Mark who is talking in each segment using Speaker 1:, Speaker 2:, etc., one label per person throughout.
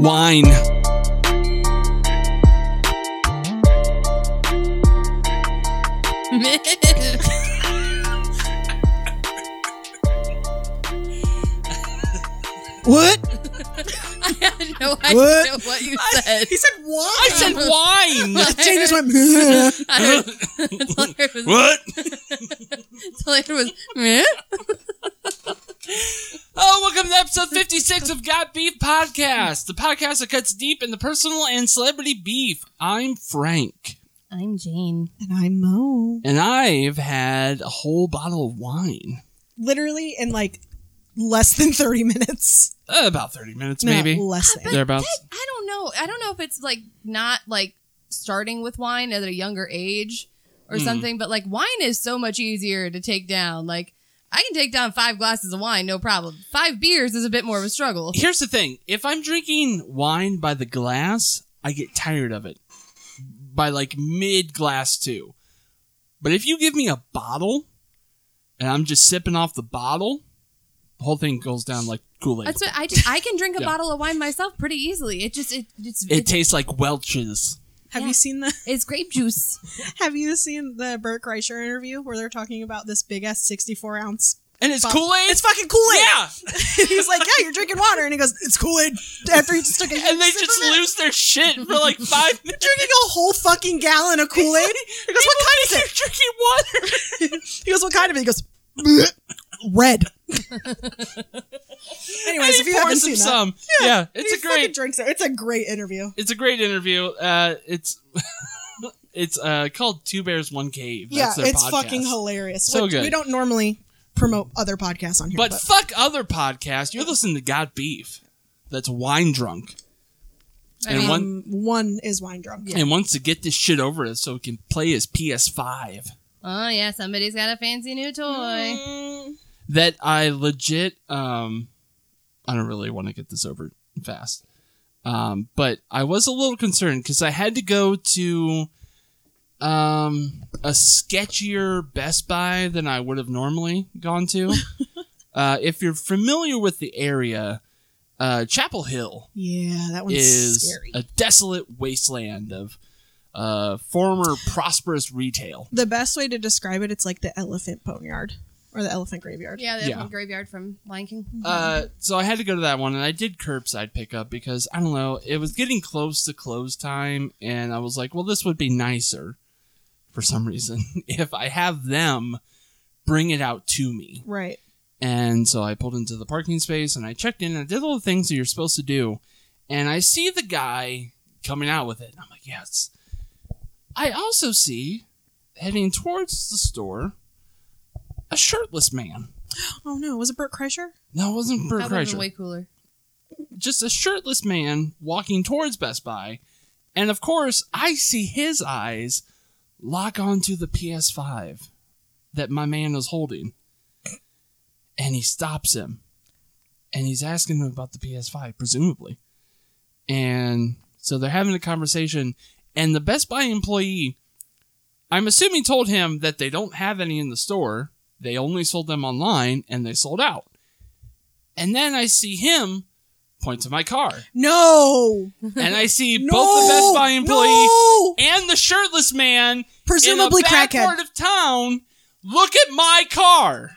Speaker 1: Wine. What?
Speaker 2: I had no idea
Speaker 1: What?
Speaker 2: what, you said.
Speaker 3: He said wine.
Speaker 1: I said wine.
Speaker 3: Jane just went.
Speaker 2: I until it was,
Speaker 1: what?
Speaker 2: until it was meh.
Speaker 1: Oh, welcome to episode 56 of Got Beef Podcast, the podcast that cuts deep in the personal and celebrity beef. I'm Frank,
Speaker 2: I'm Jane.
Speaker 3: and I'm Mo.
Speaker 1: and I've had a whole bottle of wine.
Speaker 3: Literally in like less than 30 minutes.
Speaker 1: Uh, about 30 minutes,
Speaker 3: No,
Speaker 1: maybe.
Speaker 3: less than.
Speaker 1: Thereabouts.
Speaker 2: I don't know. I don't know if it's like not like starting with wine at a younger age or
Speaker 1: Mm.
Speaker 2: something, but like wine is so much easier to take down. Like I can take down five glasses of wine, no problem. Five beers is a bit more of a struggle.
Speaker 1: Here's the thing if I'm drinking wine by the glass, I get tired of it by like mid glass, too. But if you give me a bottle and I'm just sipping off the bottle, the whole thing goes down like Kool Aid.
Speaker 2: That's what I just, I can drink a
Speaker 1: Yeah.
Speaker 2: bottle of wine myself pretty easily. It just it it's
Speaker 1: It
Speaker 2: it's,
Speaker 1: tastes like Welch's.
Speaker 3: Have
Speaker 2: Yeah.
Speaker 3: you seen the
Speaker 2: it's grape juice.
Speaker 3: Have you seen the Burt Kreischer interview where they're talking about this big ass 64 ounce?
Speaker 1: And it's
Speaker 3: Fuck.
Speaker 1: Kool Aid?
Speaker 3: It's fucking Kool Aid.
Speaker 1: Yeah!
Speaker 3: He's like, yeah, you're drinking water, and he goes, it's Kool Aid. After he just took a
Speaker 1: And they
Speaker 3: sip
Speaker 1: just
Speaker 3: of it.
Speaker 1: lose their shit for like five minutes.
Speaker 3: drinking a whole fucking gallon of Kool Aid. He goes, what kind is it?
Speaker 1: They're drinking water.
Speaker 3: He goes, what kind of it? He goes, "Bleh, red. Anyways,
Speaker 1: And
Speaker 3: if
Speaker 1: he
Speaker 3: you haven't
Speaker 1: pours
Speaker 3: seen
Speaker 1: them
Speaker 3: that,
Speaker 1: some. Yeah,
Speaker 3: he
Speaker 1: it's a
Speaker 3: fucking
Speaker 1: great
Speaker 3: drinks it. It's a great interview.
Speaker 1: it's a great interview. Uh, it's it's uh, called Two Bears One Cave. That's
Speaker 3: yeah,
Speaker 1: their
Speaker 3: it's
Speaker 1: podcast.
Speaker 3: fucking hilarious.
Speaker 1: So
Speaker 3: Which
Speaker 1: good.
Speaker 3: We don't normally promote other podcasts on here,
Speaker 1: But
Speaker 3: but,
Speaker 1: fuck other podcasts. You're listening to God Beef. That's wine drunk
Speaker 2: I
Speaker 1: And
Speaker 2: mean,
Speaker 1: one-
Speaker 3: um, one is wine drunk.
Speaker 2: Yeah.
Speaker 1: and wants to get this shit over us so he can play his PS5
Speaker 2: oh yeah, somebody's got a fancy new toy.
Speaker 1: that I legit um I don't really want to get this over fast. Um, but I was a little concerned because I had to go to um, a sketchier Best Buy than I would have normally gone to. uh, if you're familiar with the area, uh, Chapel Hill
Speaker 3: Yeah, that one's
Speaker 1: is
Speaker 3: scary.
Speaker 1: a desolate wasteland of uh, former prosperous retail.
Speaker 3: the best way to describe it, it's like the elephant boneyard or the elephant graveyard. Mm-hmm.
Speaker 2: Yeah, the
Speaker 1: Yeah.
Speaker 2: one graveyard from Lion King.
Speaker 1: Uh, so I had to go to that one, and I did curbside pickup because I don't know, it was getting close to close time, and I was like, well, this would be nicer for some reason if I have them bring it out to me.
Speaker 3: Right.
Speaker 1: And so I pulled into the parking space and I checked in and I did all the things that you're supposed to do. And I see the guy coming out with it. I'm like, yes. I also see, heading towards the store, a shirtless man.
Speaker 3: Oh no, was it Burt Kreischer?
Speaker 1: No, it wasn't Bert
Speaker 2: that would have
Speaker 1: Kreischer.
Speaker 2: been way cooler.
Speaker 1: Just a shirtless man walking towards Best Buy. And of course, I see his eyes lock onto the PS5 that my man is holding. And he stops him. And he's asking him about the PS5, presumably. And so they're having a conversation. And the Best Buy employee, I'm assuming, told him that they don't have any in the store. They only sold them online and they sold out. And then I see him point to my car.
Speaker 3: No.
Speaker 1: And I see
Speaker 3: no.
Speaker 1: both the Best Buy employee
Speaker 3: no!
Speaker 1: and the shirtless man
Speaker 3: presumably
Speaker 1: in a back
Speaker 3: crackhead.
Speaker 1: part of town look at my car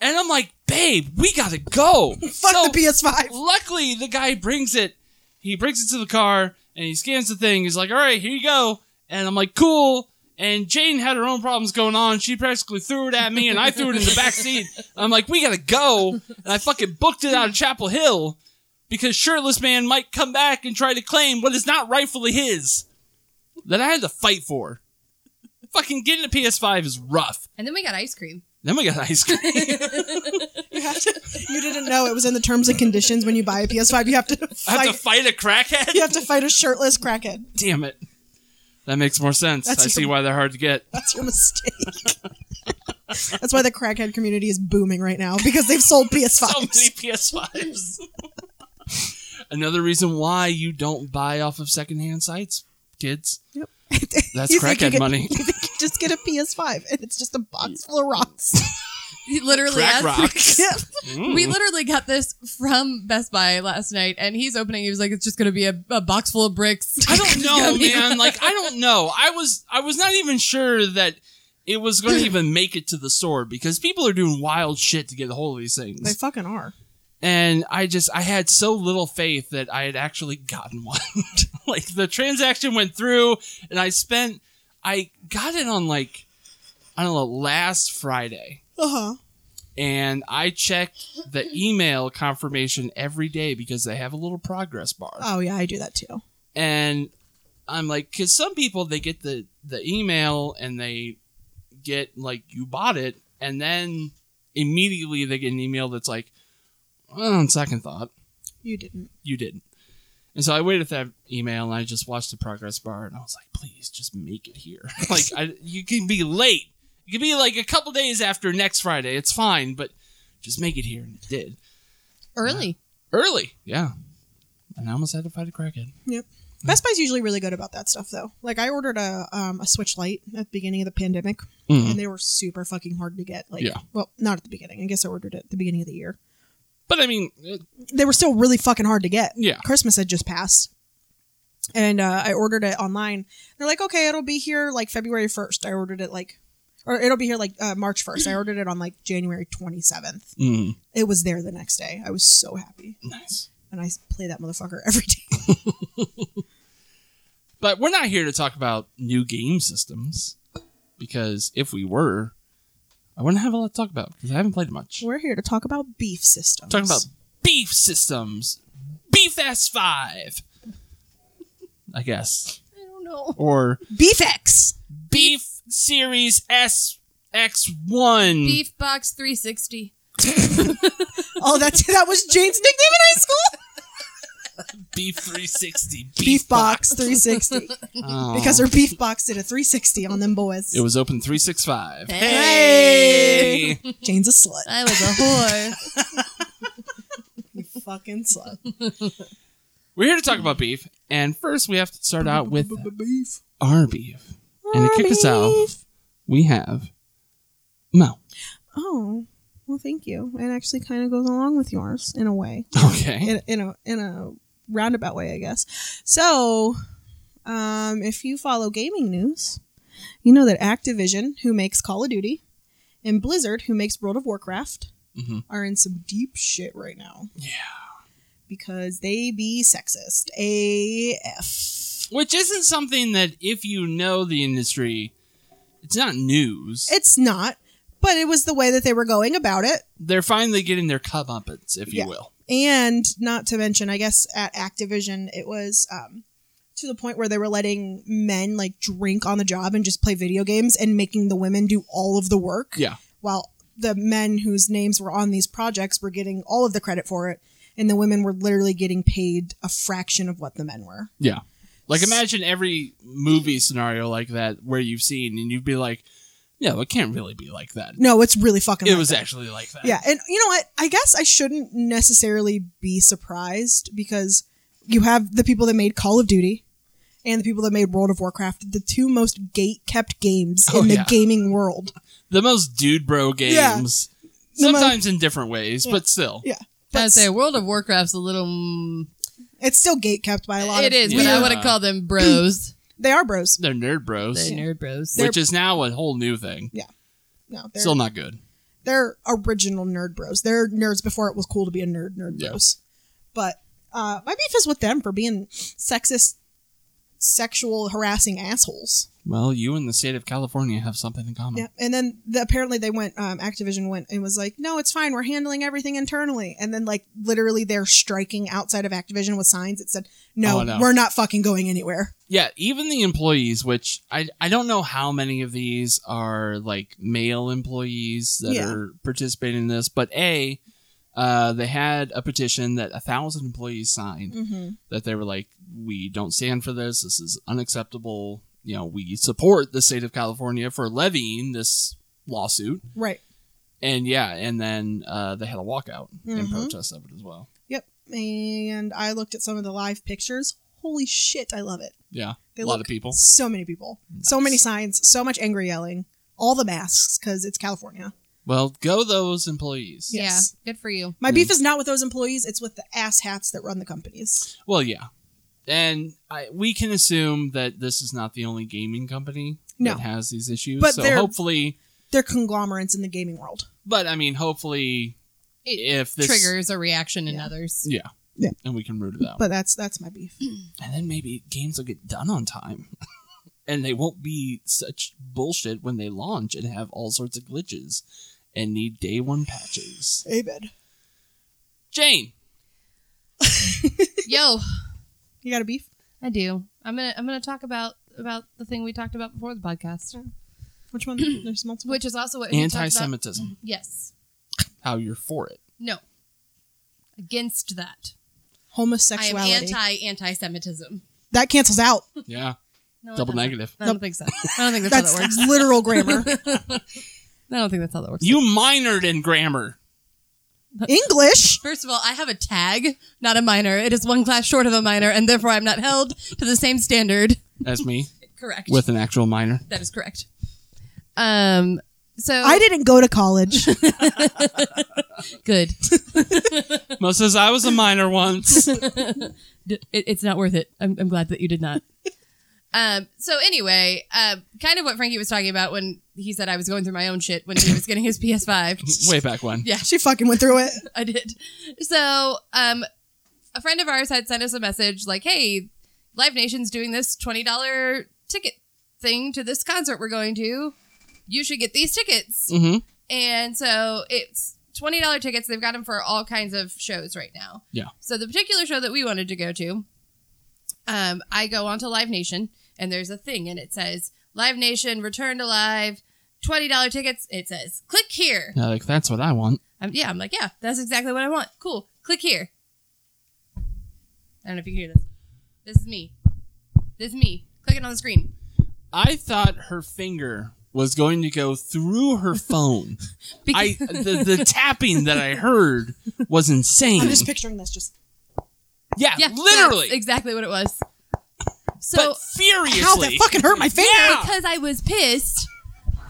Speaker 1: and i'm like babe we gotta go
Speaker 3: Fuck
Speaker 1: so
Speaker 3: the PS5.
Speaker 1: luckily the guy brings it he brings it to the car and he scans the thing he's like all right here you go and i'm like cool and jane had her own problems going on she practically threw it at me and i threw it in the back seat i'm like we gotta go and i fucking booked it out of chapel hill because shirtless man might come back and try to claim what is not rightfully his that i had to fight for fucking getting a ps5 is rough
Speaker 2: And then we got ice cream.
Speaker 1: then we got ice cream
Speaker 3: You, have to, you didn't know it was in the terms and conditions when you buy a PS5. You have to
Speaker 1: i have
Speaker 3: fight.
Speaker 1: to fight a crackhead
Speaker 3: you have to fight a shirtless crackhead.
Speaker 1: Damn it. That makes more sense. I
Speaker 3: That's your-
Speaker 1: see why they're hard to get.
Speaker 3: That's your mistake. That's why the crackhead community is booming right now because they've sold PS5s.
Speaker 1: So many PS5s. Another reason why you don't buy off of secondhand sites, kids.
Speaker 3: Yep.
Speaker 1: That's
Speaker 3: You think you
Speaker 1: crackhead
Speaker 3: could-
Speaker 1: money.
Speaker 3: You think you just get a PS5 and it's just a box full of rocks.
Speaker 2: He literally
Speaker 1: Crack
Speaker 2: asked me-
Speaker 1: rocks.
Speaker 3: Yeah.
Speaker 1: Mm.
Speaker 2: We literally got this from Best Buy last night, and he's opening. He was like, "It's just going to be a, a box full of bricks."
Speaker 1: I don't know,
Speaker 2: Gonna be-
Speaker 1: man. Like I don't know. I was I was not even sure that it was going to even make it to the store because people are doing wild shit to get a hold of these
Speaker 3: They
Speaker 1: things.
Speaker 3: fucking are.
Speaker 1: And I just I had so little faith that I had actually gotten one. like the transaction went through and I spent I got it on like I don't know last Friday
Speaker 3: Uh huh.
Speaker 1: and I checked the email confirmation every day because they have a little progress bar
Speaker 3: Oh yeah, I do that too.
Speaker 1: and I'm like, because some people they get the the email and they get like you bought it, and then immediately they get an email that's like, well, on second thought,
Speaker 3: You didn't.
Speaker 1: you didn't. And so I waited for that email and I just watched the progress bar and I was like, please just make it here. like I, you can be late, you can be like a couple days after next Friday, it's fine, but just make it here. And it did
Speaker 2: Early.
Speaker 1: early, yeah. And I almost had to fight a crackhead.
Speaker 3: Best Buy's usually really good about that stuff though. Like I ordered a um, a Switch Lite at the beginning of the pandemic,
Speaker 1: Mhm.
Speaker 3: and they were super fucking hard to get. Like,
Speaker 1: Yeah.
Speaker 3: well, not at the beginning. I guess I ordered it at the beginning of the year.
Speaker 1: But I mean, it-
Speaker 3: They were still really fucking hard to get.
Speaker 1: yeah.
Speaker 3: Christmas had just passed. And uh, I ordered it online. They're like, okay, it'll be here like February 1st. I ordered it like, or it'll be here like uh, March 1st. I ordered it on like January 27th.
Speaker 1: Mm.
Speaker 3: It was there the next day. I was so happy.
Speaker 1: Nice.
Speaker 3: And I s- play that motherfucker every day.
Speaker 1: But we're not here to talk about new game systems because if we were, I wouldn't have a lot to talk about because I haven't played much.
Speaker 3: We're here to talk about beef systems.
Speaker 1: talking about beef systems, Beef S5, I guess,
Speaker 2: I don't know.
Speaker 1: or
Speaker 3: beef X.
Speaker 1: Beef Series S X1.
Speaker 2: Beef Box 360.
Speaker 3: Oh, that's that was Jane's nickname in high school.
Speaker 1: Beef 360. Beef,
Speaker 3: Beef Box 360.
Speaker 1: Oh.
Speaker 3: Because her beef box did a 360 on them boys.
Speaker 1: it was open 365.
Speaker 2: Hey!
Speaker 1: Hey!
Speaker 3: Jane's a slut.
Speaker 2: I was a whore.
Speaker 3: You fucking slut.
Speaker 1: We're here to talk about beef, and first we have to start out with
Speaker 3: Beef.
Speaker 1: our beef. And to kick us
Speaker 3: Beef.
Speaker 1: off, we have Mel.
Speaker 3: Oh, well, thank you. It actually kind of goes along with yours in a way,
Speaker 1: Okay.
Speaker 3: in, in a in a roundabout way, I guess. So, um, if you follow gaming news, you know that Activision, who makes Call of Duty, and Blizzard, who makes World of Warcraft,
Speaker 1: Mhm.
Speaker 3: are in some deep shit right now
Speaker 1: Yeah.
Speaker 3: because they be sexist AF.
Speaker 1: Which isn't something that if you know the industry, it's not news.
Speaker 3: It's not, but it was the way that they were going about it.
Speaker 1: They're finally getting their comeuppance, if you
Speaker 3: Yeah.
Speaker 1: will.
Speaker 3: and not to mention i guess at activision it was um, to the point where they were letting men like drink on the job and just play video games and making the women do all of the work
Speaker 1: Yeah.
Speaker 3: while the men whose names were on these projects were getting all of the credit for it and the women were literally getting paid a fraction of what the men were
Speaker 1: Yeah. Like imagine every movie scenario like that where you've seen and you'd be like, no, it can't really be like that.
Speaker 3: no it's really fucking
Speaker 1: It
Speaker 3: like
Speaker 1: was
Speaker 3: that.
Speaker 1: actually like that.
Speaker 3: yeah and you know what i guess i shouldn't necessarily be surprised because you have the people that made call of duty and the people that made world of warcraft the two most gate kept games
Speaker 1: Oh,
Speaker 3: in the
Speaker 1: yeah.
Speaker 3: gaming world
Speaker 1: The most dude bro
Speaker 3: Yeah.
Speaker 1: games.
Speaker 3: The most-
Speaker 1: Sometimes in different ways, but still.
Speaker 3: yeah
Speaker 2: I
Speaker 3: but
Speaker 2: say World of Warcraft's a little. mm,
Speaker 3: it's still gate kept by a lot
Speaker 2: It
Speaker 3: of
Speaker 2: is, but
Speaker 1: Yeah.
Speaker 2: I would have called them bros.
Speaker 3: they are bros
Speaker 1: They're nerd
Speaker 2: the
Speaker 1: bros.
Speaker 2: nerd bros.
Speaker 1: which is now a whole new thing.
Speaker 3: no they're,
Speaker 1: Still not good.
Speaker 3: they're original nerd bros they're nerds before it was cool to be a nerd nerd
Speaker 1: Yeah.
Speaker 3: bros but uh, my beef is with them for being sexist sexual harassing assholes
Speaker 1: Well, you and the state of California have something in common.
Speaker 3: Yeah, and then the, apparently they went. Um, Activision went and was like, "No, it's fine. We're handling everything internally." And then like literally, they're striking outside of Activision with signs that said, "No,
Speaker 1: Oh, no.
Speaker 3: we're not fucking going anywhere."
Speaker 1: Yeah, even the employees, which I, I don't know how many of these are like male employees that
Speaker 3: Yeah.
Speaker 1: are participating in this, but A, uh, they had a petition that a thousand employees signed
Speaker 3: Mm-hmm.
Speaker 1: that they were like, we don't stand for this. This is unacceptable. You know, we support the state of California for levying this lawsuit.
Speaker 3: Right.
Speaker 1: And yeah, and then uh, they had a walkout and
Speaker 3: Mhm.
Speaker 1: protest of it as well.
Speaker 3: Yep. And I looked at some of the live pictures. Holy shit, I love it.
Speaker 1: Yeah,
Speaker 3: They
Speaker 1: a lot
Speaker 3: look-
Speaker 1: of people.
Speaker 3: So many people. So
Speaker 1: Nice.
Speaker 3: many signs. So much angry yelling. All the masks because it's California.
Speaker 1: Well, go those employees.
Speaker 3: Yes.
Speaker 2: Yeah, good for you.
Speaker 3: My
Speaker 1: Mm.
Speaker 3: beef is not with those employees, it's with the ass hats that run the companies.
Speaker 1: Well, yeah. And I, we can assume that this is not the only gaming company
Speaker 3: No.
Speaker 1: that has these issues.
Speaker 3: But
Speaker 1: so
Speaker 3: they're-
Speaker 1: hopefully,
Speaker 3: They're conglomerates in the gaming world.
Speaker 1: but I mean, hopefully,
Speaker 2: It
Speaker 1: if this
Speaker 2: Triggers a reaction in
Speaker 3: Yeah.
Speaker 2: others.
Speaker 1: yeah,
Speaker 3: Yeah.
Speaker 1: and we can root it out,
Speaker 3: But that's that's my beef.
Speaker 1: and then maybe games will get done on time, and they won't be such bullshit when they launch and have all sorts of glitches and need day one patches.
Speaker 3: Abed.
Speaker 1: Jane,
Speaker 2: Yo,
Speaker 3: You got a beef?
Speaker 2: I do. I'm gonna I'm gonna talk about about the thing we talked about before the podcast,
Speaker 3: Which one? There's multiple.
Speaker 2: which is also what we talked about-
Speaker 1: anti-Semitism,
Speaker 2: Yes.
Speaker 1: how you're for it?
Speaker 2: No. Against that.
Speaker 3: homosexuality.
Speaker 2: I am anti anti-Semitism.
Speaker 3: that cancels out.
Speaker 1: Yeah,
Speaker 2: No,
Speaker 1: double
Speaker 2: that's not-
Speaker 1: negative.
Speaker 2: I don't think so. I don't think that's, how
Speaker 3: That's
Speaker 2: that works.
Speaker 3: literal grammar.
Speaker 2: I don't think that's how that works.
Speaker 1: You minored in grammar.
Speaker 3: English.
Speaker 2: First of all, I have a tag, not a minor. It is one class short of a minor, and therefore I'm not held to the same standard.
Speaker 1: As me,
Speaker 2: Correct.
Speaker 1: with an actual minor.
Speaker 2: that is correct. Um. So
Speaker 3: I didn't go to college.
Speaker 2: good.
Speaker 1: Mo says I was a minor once.
Speaker 2: D- it- it's not worth it. I'm, I'm glad that you did not. um. So anyway, uh, kind of what Frankie was talking about when he said I was going through my own shit when he was getting his PS5.
Speaker 1: Way back when.
Speaker 2: Yeah.
Speaker 3: she fucking went through it.
Speaker 2: I did. So, um, a friend of ours had sent us a message like, "Hey, Live Nation's doing this twenty dollar ticket thing to this concert we're going to. You should get these tickets."
Speaker 1: Mm-hmm.
Speaker 2: And so it's twenty dollar tickets. They've got them for all kinds of shows right now.
Speaker 1: Yeah.
Speaker 2: So the particular show that we wanted to go to, um, I go onto Live Nation and there's a thing and it says Live Nation Return to Live. $20 tickets. It says, click here.
Speaker 1: Yeah, like that's what I want.
Speaker 2: I'm, yeah, I'm like, yeah, that's exactly what I want. Cool. Click here. I don't know if you can hear this. This is me. This is me. Click it on the screen.
Speaker 1: I thought her finger was going to go through her phone. I uh, the, the tapping that I heard was insane.
Speaker 3: I'm just picturing this. Just
Speaker 1: yeah,
Speaker 2: yeah,
Speaker 1: literally.
Speaker 2: that's exactly what it was. So
Speaker 1: but furiously.
Speaker 3: how that fucking hurt my finger.
Speaker 1: Yeah.
Speaker 2: because I was pissed,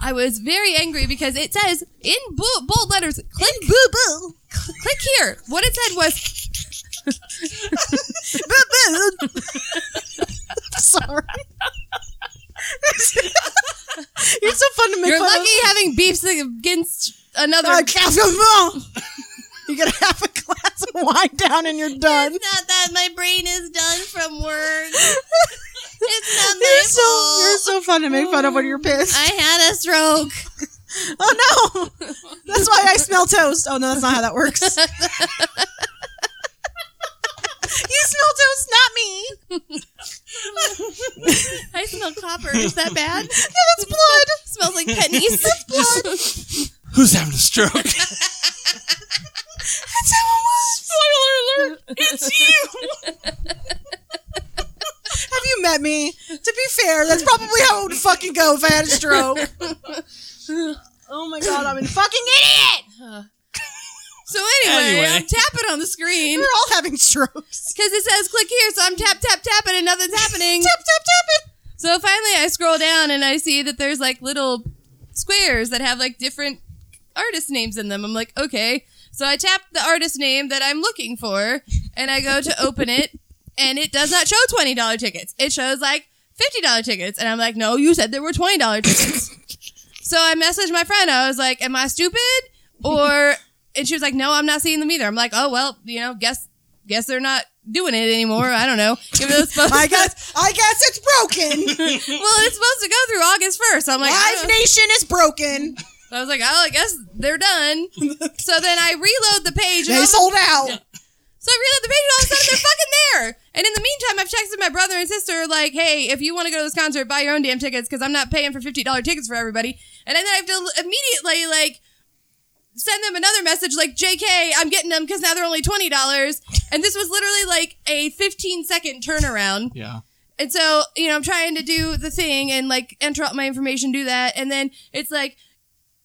Speaker 2: I was very angry because it says in bo- bold letters, click,
Speaker 3: Boo boo.
Speaker 2: click here. What it said was,
Speaker 3: Boo boo. Sorry. You're so fun to make
Speaker 2: you're
Speaker 3: fun
Speaker 2: lucky having beefs against another.
Speaker 3: of. Uh, glass of milk. you get a half a glass of wine down and you're done.
Speaker 2: It's not that my brain is done from work. it's not my
Speaker 3: You're so,
Speaker 2: fault.
Speaker 3: you're so fun to make fun of when you're pissed.
Speaker 2: I had a stroke.
Speaker 3: Oh no! That's why I smell toast. Oh no, that's not how that works. you smell toast, not me.
Speaker 2: I smell copper. Is that bad?
Speaker 3: That's blood.
Speaker 2: smells like pennies.
Speaker 1: Who's having a stroke? Spoiler alert! It's you.
Speaker 3: Have you met me? To be fair, that's probably how it would fucking go if I had a stroke. oh my god, I'm a fucking idiot.
Speaker 2: so anyway,
Speaker 1: Anyway.
Speaker 2: I'm tapping on the screen
Speaker 3: We're all having strokes.
Speaker 2: because it says click here. So I'm tap tap tapping and nothing's happening.
Speaker 3: Tap tap tap it.
Speaker 2: So finally, I scroll down and I see that there's like little squares that have like different artist names in them. I'm like, okay. So I tap the artist name that I'm looking for and I go to open it and it does not show $20 tickets. It shows like $50 tickets. And I'm like, no, you said there were $20 tickets. so I messaged my friend. I was like, am I stupid? Or, and she was like, no, I'm not seeing them either. I'm like, oh, well, you know, guess, guess they're not doing it anymore. I don't know. Give those folks
Speaker 3: I guess I guess it's broken.
Speaker 2: well, it's supposed to go through August 1st. So I'm like, I,
Speaker 3: Live
Speaker 2: don't-
Speaker 3: Nation is broken.
Speaker 2: So I was like, oh, I guess they're done. so then I reload the page. And all
Speaker 3: They
Speaker 2: of a-
Speaker 3: sold out.
Speaker 2: so I reload the page and all of a sudden they're fucking there. And in the meantime, I've texted my brother and sister, like, hey, if you want to go to this concert, buy your own damn tickets because I'm not paying for $50 tickets for everybody. And then I have to immediately, like, send them another message, like, JK, I'm getting them because now they're only $20. And this was literally like a 15 second turnaround.
Speaker 1: Yeah.
Speaker 2: And so, you know, I'm trying to do the thing and like enter up my information, do that. And then it's like,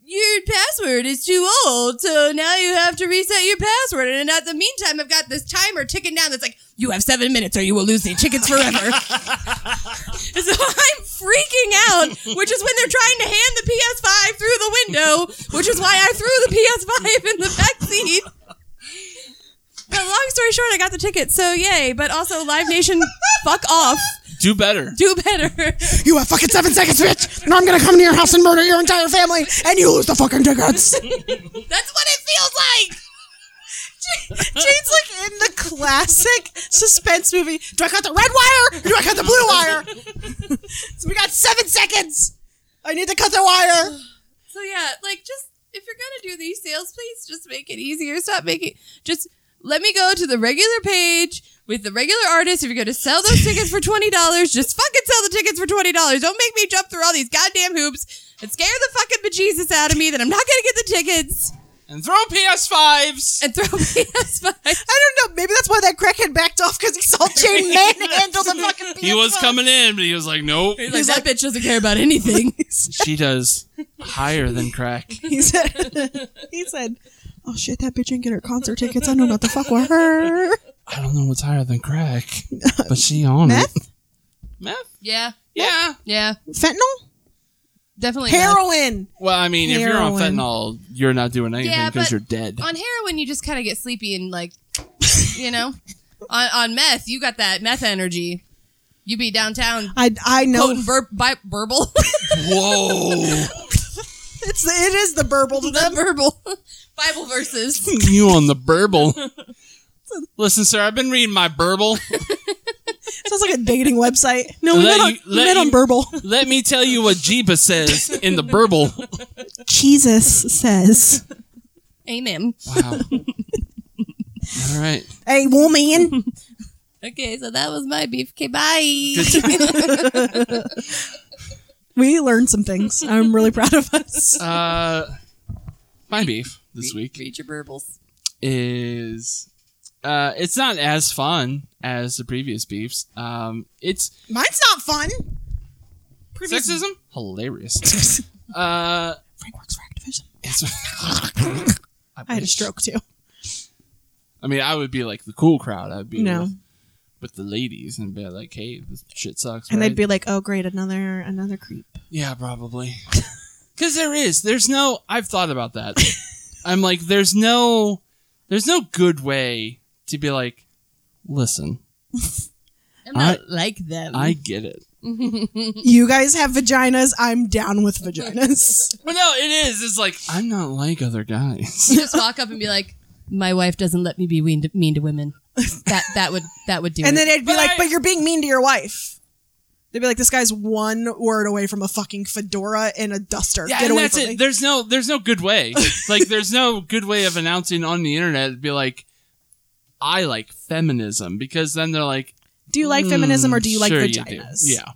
Speaker 2: your password is too old. So now you have to reset your password. And at the meantime, I've got this timer ticking down that's like, you have seven minutes or you will lose the tickets forever. And so I'm freaking out, which is when they're trying to hand the PS5 through the window, which is why I threw the PS5 in the back seat. But long story short, I got the ticket, so yay. But also, Live Nation, fuck off.
Speaker 1: Do better.
Speaker 2: Do better.
Speaker 4: You have fucking seven seconds, bitch! And I'm gonna come to your house and murder your entire family, and you lose the fucking tickets!
Speaker 2: That's what it feels like.
Speaker 3: Jane's like in the classic suspense movie.
Speaker 4: Do I cut the red wire? Or do I cut the blue wire?
Speaker 3: So we got seven seconds.
Speaker 4: I need to cut the wire!
Speaker 2: So yeah, like just if you're gonna do these sales, please just make it easier. Stop making just let me go to the regular page with the regular artists. If you're gonna sell those tickets for twenty dollars, just fucking sell the tickets for twenty dollars. Don't make me jump through all these goddamn hoops and scare the fucking bejesus out of me that I'm not gonna get the tickets
Speaker 1: And throw PS5s.
Speaker 2: and throw PS5.
Speaker 3: I don't know. Maybe that's why that crackhead backed off because he saw Jane manhandle the fucking.
Speaker 1: He was
Speaker 3: PS5.
Speaker 1: coming in, but he was like, nope.
Speaker 2: He's like, that bitch doesn't care about anything.
Speaker 1: She does higher than crack.
Speaker 3: He said. he said, "Oh shit, that bitch didn't get her concert tickets. I don't know what the fuck with her."
Speaker 1: I don't know what's higher than crack, but she on
Speaker 3: Meth?
Speaker 1: it. Meth?
Speaker 2: yeah,
Speaker 1: Yeah.
Speaker 2: yeah,
Speaker 3: Fentanyl,
Speaker 2: definitely. not.
Speaker 3: heroin.
Speaker 1: Well, I mean, if you're on
Speaker 3: Heroin.
Speaker 1: fentanyl, you're not doing anything
Speaker 2: Yeah,
Speaker 1: because
Speaker 2: but-
Speaker 1: you're dead.
Speaker 2: on heroin you just kind of get sleepy and like you know on, on meth you got that meth energy you be downtown
Speaker 3: I I know
Speaker 2: potent ver- bi- verbal
Speaker 1: Whoa.
Speaker 3: it's the, it is the burble to
Speaker 2: the
Speaker 3: them.
Speaker 2: verbal bible verses
Speaker 1: you on the burble. Listen, sir, I've been reading my burble.
Speaker 3: Sounds like a dating website. No, we
Speaker 1: Let
Speaker 3: met on,
Speaker 1: you-
Speaker 3: we
Speaker 1: let
Speaker 3: met on
Speaker 1: you-
Speaker 3: burble.
Speaker 1: Let me tell you what Jeeba says in the burble.
Speaker 3: Jesus says,
Speaker 2: amen
Speaker 1: Wow. All right.
Speaker 3: "Hey, woman,
Speaker 2: okay so that was my beef okay bye
Speaker 3: we learned some things. I'm really proud of us."
Speaker 1: Uh, my beef this week.
Speaker 2: read your burbles
Speaker 1: is uh, it's not as fun as the previous beefs. Um, it's
Speaker 3: Mine's not fun. Previous-
Speaker 1: sexism hilarious. uh,
Speaker 3: Frank works for Activision.
Speaker 1: it's,
Speaker 3: I had a
Speaker 1: wish.
Speaker 3: stroke too.
Speaker 1: I mean, I would be like the cool crowd. I'd be
Speaker 3: No.
Speaker 1: with, with the ladies and be like, "Hey, this shit sucks."
Speaker 3: And
Speaker 1: right?
Speaker 3: they'd be like, "Oh, great, another another creep."
Speaker 1: Yeah, probably. Cause there is. There's no I've thought about that. I'm like, there's no there's no good way to be like, listen,
Speaker 2: i'm
Speaker 1: not
Speaker 2: like them
Speaker 1: I get it.
Speaker 3: You guys have vaginas. I'm down with vaginas.
Speaker 1: Well no, it is. It's like, I'm not like other guys.
Speaker 2: just walk up and be like my wife doesn't let me be wean mean to women that that would that would do it
Speaker 3: and then it'd be
Speaker 1: But
Speaker 3: like,
Speaker 1: I-
Speaker 3: "But you're being mean to your wife." They'd be like, "This guy's one word away from a fucking fedora and a duster.
Speaker 1: Yeah,
Speaker 3: Get
Speaker 1: and
Speaker 3: away
Speaker 1: that's
Speaker 3: from
Speaker 1: it.
Speaker 3: me."
Speaker 1: There's no there's no good way. like there's no good way of announcing on the internet to be like I like feminism because then they're like
Speaker 3: Do you like
Speaker 1: "Hmm,
Speaker 3: feminism or do you like
Speaker 1: sure do."
Speaker 3: vaginas?
Speaker 1: Yeah.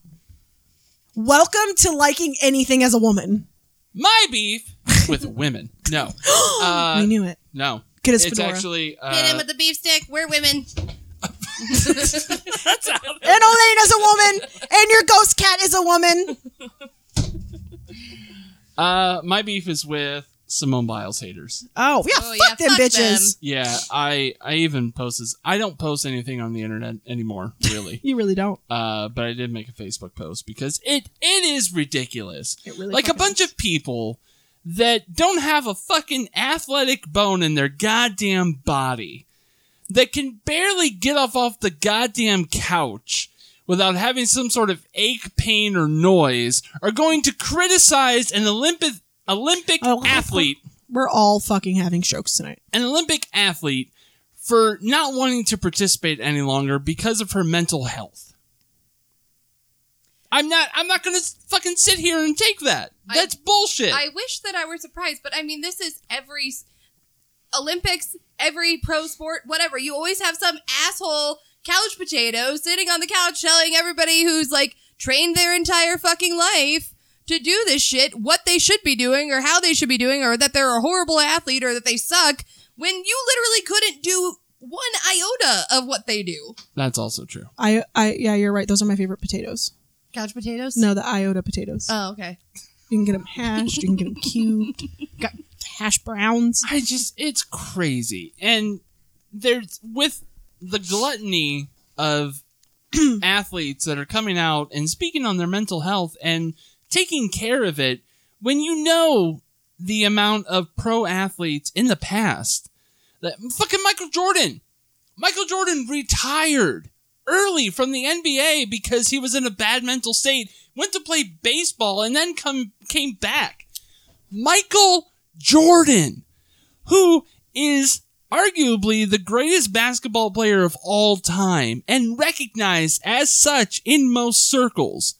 Speaker 3: Welcome to liking anything as a woman.
Speaker 1: My beef with women. No.
Speaker 3: we
Speaker 1: Uh,
Speaker 3: knew it.
Speaker 1: no.
Speaker 3: Get his
Speaker 1: it's
Speaker 3: fedora.
Speaker 1: actually uh,
Speaker 2: hit him with the beef stick we're women
Speaker 3: and Elena's a woman, and your ghost cat is a woman.
Speaker 1: Uh, my beef is with Simone Biles haters.
Speaker 3: Oh, yeah,
Speaker 2: Oh,
Speaker 3: fuck
Speaker 2: yeah,
Speaker 3: them
Speaker 2: fuck
Speaker 3: bitches.
Speaker 2: them.
Speaker 1: Yeah, I I even post this. I don't post anything on the internet anymore, really.
Speaker 3: You really don't.
Speaker 1: uh, but I did make a Facebook post because it it is ridiculous.
Speaker 3: It really
Speaker 1: Like a
Speaker 3: fucking
Speaker 1: bunch of people that don't have a fucking athletic bone in their goddamn body that can barely get off off the goddamn couch without having some sort of ache, pain, or noise are going to criticize an Olympic Olympic
Speaker 3: Oh.
Speaker 1: athlete
Speaker 3: We're all fucking having strokes tonight.
Speaker 1: an Olympic athlete for not wanting to participate any longer because of her mental health. I'm not. I'm not going to fucking sit here and take that.
Speaker 2: I-
Speaker 1: That's bullshit.
Speaker 2: I wish that I were surprised, but I mean, this is every s- Olympics, every pro sport, whatever. You always have some asshole couch potato sitting on the couch telling everybody who's like trained their entire fucking life to do this shit what they should be doing or how they should be doing or that they're a horrible athlete or that they suck when you literally couldn't do one iota of what they do.
Speaker 1: That's also true.
Speaker 3: I, I, yeah, you're right. Those are my favorite potatoes.
Speaker 2: Couch potatoes?
Speaker 3: No, the iota potatoes.
Speaker 2: Oh, okay.
Speaker 3: you can get them hashed. You can get them cubed. Got hash browns.
Speaker 1: I just. It's crazy. And there's with the gluttony of athletes that are coming out and speaking on their mental health and taking care of it when you know the amount of pro athletes in the past that fucking Michael Jordan. Michael Jordan retired early from the NBA because he was in a bad mental state, went to play baseball, and then come came back. Michael Jordan, who is arguably the greatest basketball player of all time and recognized as such in most circles,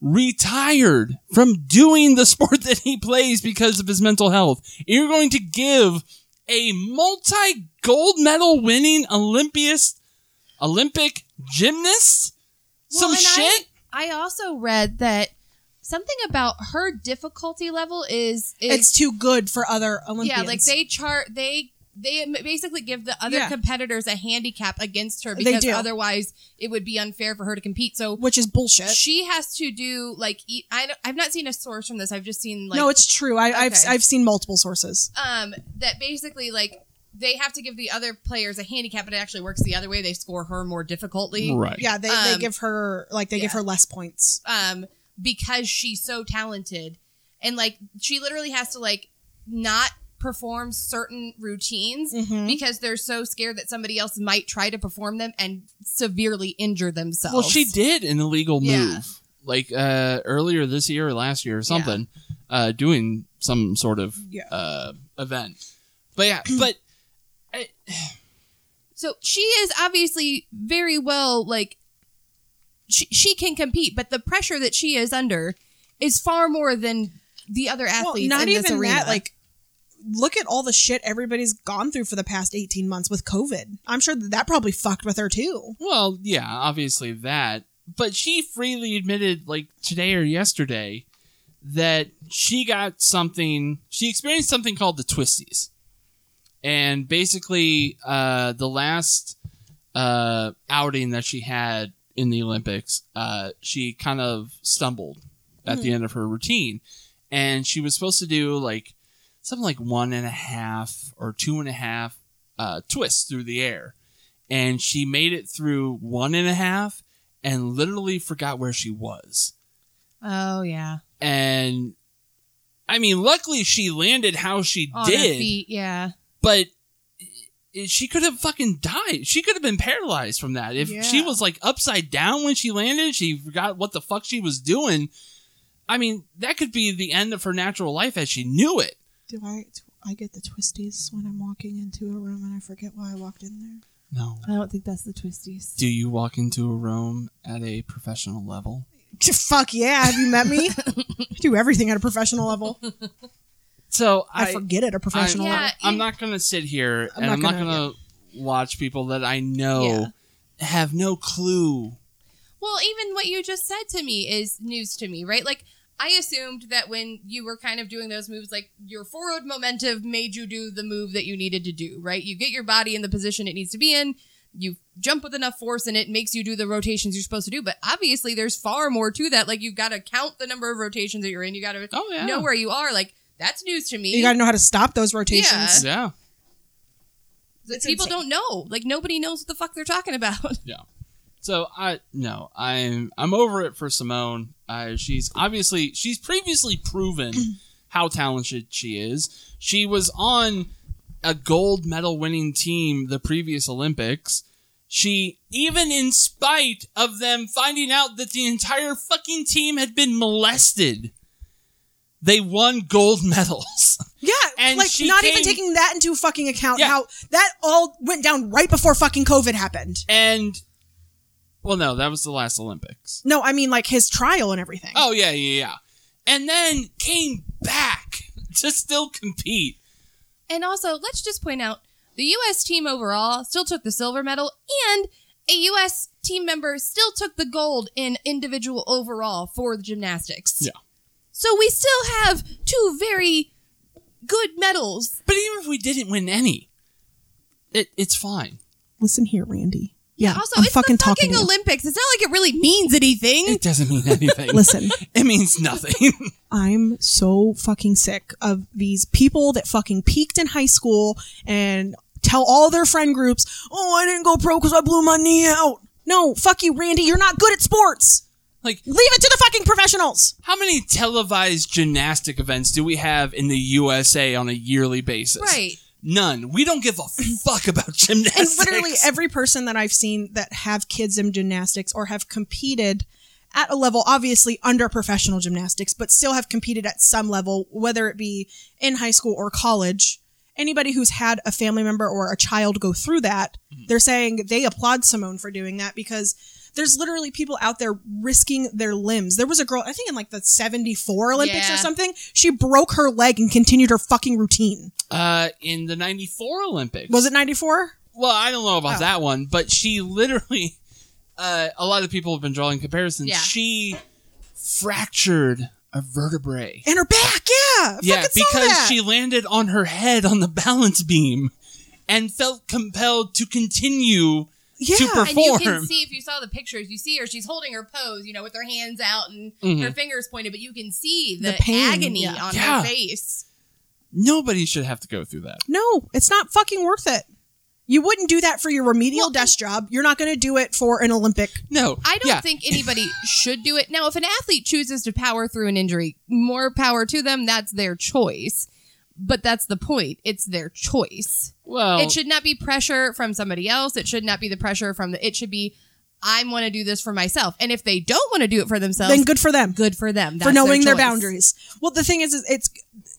Speaker 1: retired from doing the sport that he plays because of his mental health. You're going to give a multi gold medal winning Olympiast, Olympic gymnast some
Speaker 2: and
Speaker 1: shit?
Speaker 2: I, I also read that something about her difficulty level is, is
Speaker 5: It's too good for other Olympians.
Speaker 2: yeah, like they chart they they basically give the other
Speaker 5: Yeah.
Speaker 2: competitors a handicap against her
Speaker 5: They
Speaker 2: because
Speaker 5: do.
Speaker 2: otherwise it would be unfair for her to compete. So
Speaker 5: which is bullshit.
Speaker 2: she has to do like eat, I don't- I've not seen a source from this. I've just seen like
Speaker 5: no, it's true. I, I've
Speaker 2: Okay.
Speaker 5: I've seen multiple sources.
Speaker 2: um that basically like they have to give the other players a handicap, but it actually works the other way. They score her more difficultly.
Speaker 1: Right.
Speaker 5: Yeah, they, they
Speaker 2: Um,
Speaker 5: give her like they give
Speaker 2: yeah.
Speaker 5: her less points.
Speaker 2: um, because she's so talented and like she literally has to like not perform certain routines
Speaker 3: Mm-hmm.
Speaker 5: Mhm.
Speaker 2: because they're so scared that somebody else might try to perform them and severely injure themselves
Speaker 1: Well, she did an illegal move,
Speaker 2: Yeah.
Speaker 1: like uh, earlier this year or last year or something, uh, doing some sort of
Speaker 5: Yeah.
Speaker 1: uh, event. But yeah, but
Speaker 2: so she is obviously very well like she, she can compete but the pressure that she is under is far more than the other athletes
Speaker 5: well, not
Speaker 2: in
Speaker 5: even
Speaker 2: this arena.
Speaker 5: that. Like, look at all the shit everybody's gone through for the past eighteen months with COVID. I'm sure that, that probably fucked with her too.
Speaker 1: well, yeah, obviously that. But she freely admitted, like today or yesterday, that she got something. She experienced something called the twisties, and basically, uh, the last uh, outing that she had in the Olympics, uh, she kind of stumbled at the end of her routine, and she was supposed to do like something like one and a half or two and a half uh, twists through the air, and she made it through one and a half and literally forgot where she was
Speaker 2: oh yeah
Speaker 1: and I mean, luckily she landed how she
Speaker 2: On her
Speaker 1: did,
Speaker 2: feet, yeah
Speaker 1: but i- she could have fucking died. She could have been paralyzed from that if she
Speaker 5: Yeah.
Speaker 1: was like upside down when she landed. She forgot what the fuck she was doing. I mean, that could be the end of her natural life as she knew it.
Speaker 3: Do I do I get the twisties when I'm walking into a room and I forget why I walked in there?
Speaker 1: No.
Speaker 2: i don't think that's the twisties
Speaker 1: Do you walk into a room at a professional level?
Speaker 5: Fuck yeah! Have you met me? I do everything at a professional level.
Speaker 1: So
Speaker 5: I, forget at a professional
Speaker 1: I'm,
Speaker 2: Yeah,
Speaker 5: level.
Speaker 1: I'm
Speaker 2: you-
Speaker 1: not gonna sit here
Speaker 5: I'm
Speaker 1: and
Speaker 5: not
Speaker 1: I'm not
Speaker 5: gonna-
Speaker 1: gonna watch people that I know have no clue.
Speaker 2: Well, even what you just said to me is news to me, right? Like, I assumed that when you were kind of doing those moves, like your forward momentum made you do the move that you needed to do, right? You get your body in the position it needs to be in, you jump with enough force, and it makes you do the rotations you're supposed to do. But obviously, there's far more to that. Like, you've got to count the number of rotations that you're in, you got to
Speaker 1: Oh, yeah.
Speaker 2: know where you are. Like, that's news to me.
Speaker 5: You got to know how to stop those rotations.
Speaker 2: Yeah.
Speaker 1: Yeah.
Speaker 2: That People don't know. Like, nobody knows what the fuck they're talking about.
Speaker 1: So I no, I'm I'm over it for Simone. Uh, she's obviously she's previously proven how talented she is. She was on a gold medal winning team the previous Olympics. She even in spite of them finding out that the entire fucking team had been molested, they won gold medals.
Speaker 5: Yeah,
Speaker 1: And
Speaker 5: like
Speaker 1: she
Speaker 5: not even
Speaker 1: came-
Speaker 5: taking that into fucking account.
Speaker 1: Yeah.
Speaker 5: How that all went down right before fucking COVID happened.
Speaker 1: and well no, that was the last Olympics.
Speaker 5: No, I mean like his trial and everything.
Speaker 1: Oh yeah, yeah, yeah. And then came back to still compete.
Speaker 2: And also, let's just point out the U.S. team overall still took the silver medal, and a U.S. team member still took the gold in individual overall for the gymnastics.
Speaker 1: Yeah.
Speaker 2: So we still have two very good medals.
Speaker 1: But even if we didn't win any, it, it's fine.
Speaker 5: Listen here, Randy. Yeah,
Speaker 2: Also,
Speaker 5: I'm
Speaker 2: it's
Speaker 5: fucking
Speaker 2: the
Speaker 5: talking
Speaker 2: fucking
Speaker 5: to you.
Speaker 2: Olympics. It's not like it really means anything.
Speaker 3: Mm.
Speaker 1: It doesn't mean anything.
Speaker 5: Listen,
Speaker 1: It means nothing.
Speaker 5: I'm so fucking sick of these people that fucking peaked in high school and tell all their friend groups, "Oh, I didn't go pro because I blew my knee out." No, fuck you, Randy. You're not good at sports.
Speaker 1: Like,
Speaker 3: Leave it to the fucking professionals.
Speaker 1: how many televised gymnastic events do we have in the USA on a yearly basis?
Speaker 2: Right.
Speaker 1: None. We don't give a fuck about
Speaker 3: And
Speaker 1: gymnastics.
Speaker 3: literally every person that I've seen that have kids in gymnastics or have competed at a level obviously under professional gymnastics, but still have competed at some level, whether it be in high school or college. Anybody who's had a family member or a child go through that,
Speaker 1: Mm-hmm.
Speaker 3: they're saying they applaud Simone for doing that because there's literally people out there risking their limbs. There was a girl, I think in like the 74 Olympics or
Speaker 2: Yeah.
Speaker 3: something, she broke her leg and continued her fucking routine.
Speaker 1: uh, in the '94 Olympics,
Speaker 3: Was it 94?
Speaker 1: Well, I don't know about
Speaker 3: Oh.
Speaker 1: that one, but she literally. Uh, a lot of people have been drawing comparisons.
Speaker 2: Yeah.
Speaker 1: She fractured a vertebrae.
Speaker 3: And her back, yeah. I
Speaker 1: yeah,
Speaker 3: fucking saw
Speaker 1: because
Speaker 3: that.
Speaker 1: she landed on her head on the balance beam and felt compelled to continue
Speaker 3: yeah.
Speaker 1: to perform.
Speaker 2: And you can see if you saw the pictures, you see her. She's holding her pose, you know, with her hands out and her fingers pointed, but you can see the,
Speaker 3: The pain,
Speaker 2: agony
Speaker 3: yeah.
Speaker 2: on
Speaker 1: Yeah.
Speaker 2: her face.
Speaker 1: Nobody should have to go through that.
Speaker 3: No, it's not fucking worth it. You wouldn't do that for your remedial desk job. You're not going to do it for an Olympic.
Speaker 1: No,
Speaker 2: I don't
Speaker 1: yeah.
Speaker 2: think anybody should do it. Now, if an athlete chooses to power through an injury, more power to them. That's their choice. But that's the point. It's their choice.
Speaker 1: Well,
Speaker 2: It should not be pressure from somebody else. It should not be the pressure from the. It should be, I want to do this for myself. And if they don't want to do it for themselves,
Speaker 3: Then good for them
Speaker 2: good for them. That's
Speaker 3: for knowing their,
Speaker 2: choice.
Speaker 3: boundaries. Well, the thing is, is it's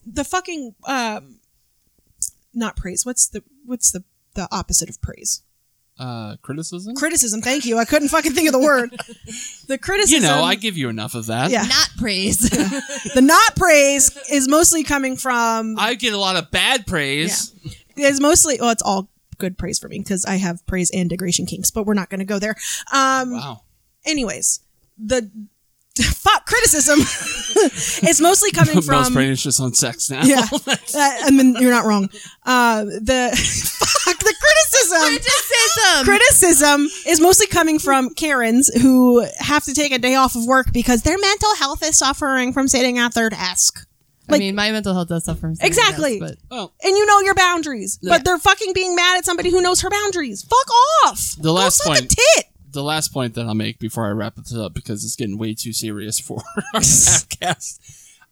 Speaker 3: the fucking um, not praise. What's the what's the the opposite of praise?
Speaker 1: uh, criticism.
Speaker 3: Criticism. Thank you. I couldn't fucking think of the word. The
Speaker 1: you
Speaker 3: criticism.
Speaker 1: know, I give you enough of that.
Speaker 3: Yeah.
Speaker 2: Not praise.
Speaker 3: the not praise is mostly coming from
Speaker 1: I get a lot of bad praise.
Speaker 3: is mostly well, it's all good praise for me because I have praise and degradation kinks, but we're not going to go there. Um,
Speaker 1: Wow.
Speaker 3: anyways, the fuck criticism is mostly coming
Speaker 1: Most
Speaker 3: from.
Speaker 1: brain is just on sex now.
Speaker 3: yeah, uh, I mean you're not wrong. Uh, the fuck the criticism.
Speaker 2: Criticism.
Speaker 3: Criticism is mostly coming from Karens who have to take a day off of work because their mental health is suffering from sitting at their desk. Like-
Speaker 2: I mean, my mental health does suffer. from something
Speaker 3: Exactly.
Speaker 2: else,
Speaker 1: Well,
Speaker 3: And you know your boundaries,
Speaker 1: Yeah.
Speaker 3: but they're fucking being mad at somebody who knows her boundaries. Fuck off.
Speaker 1: The last
Speaker 3: Go suck a
Speaker 1: point.
Speaker 3: tit.
Speaker 1: the last point that I'll make before I wrap this up because it's getting way too serious for our podcast.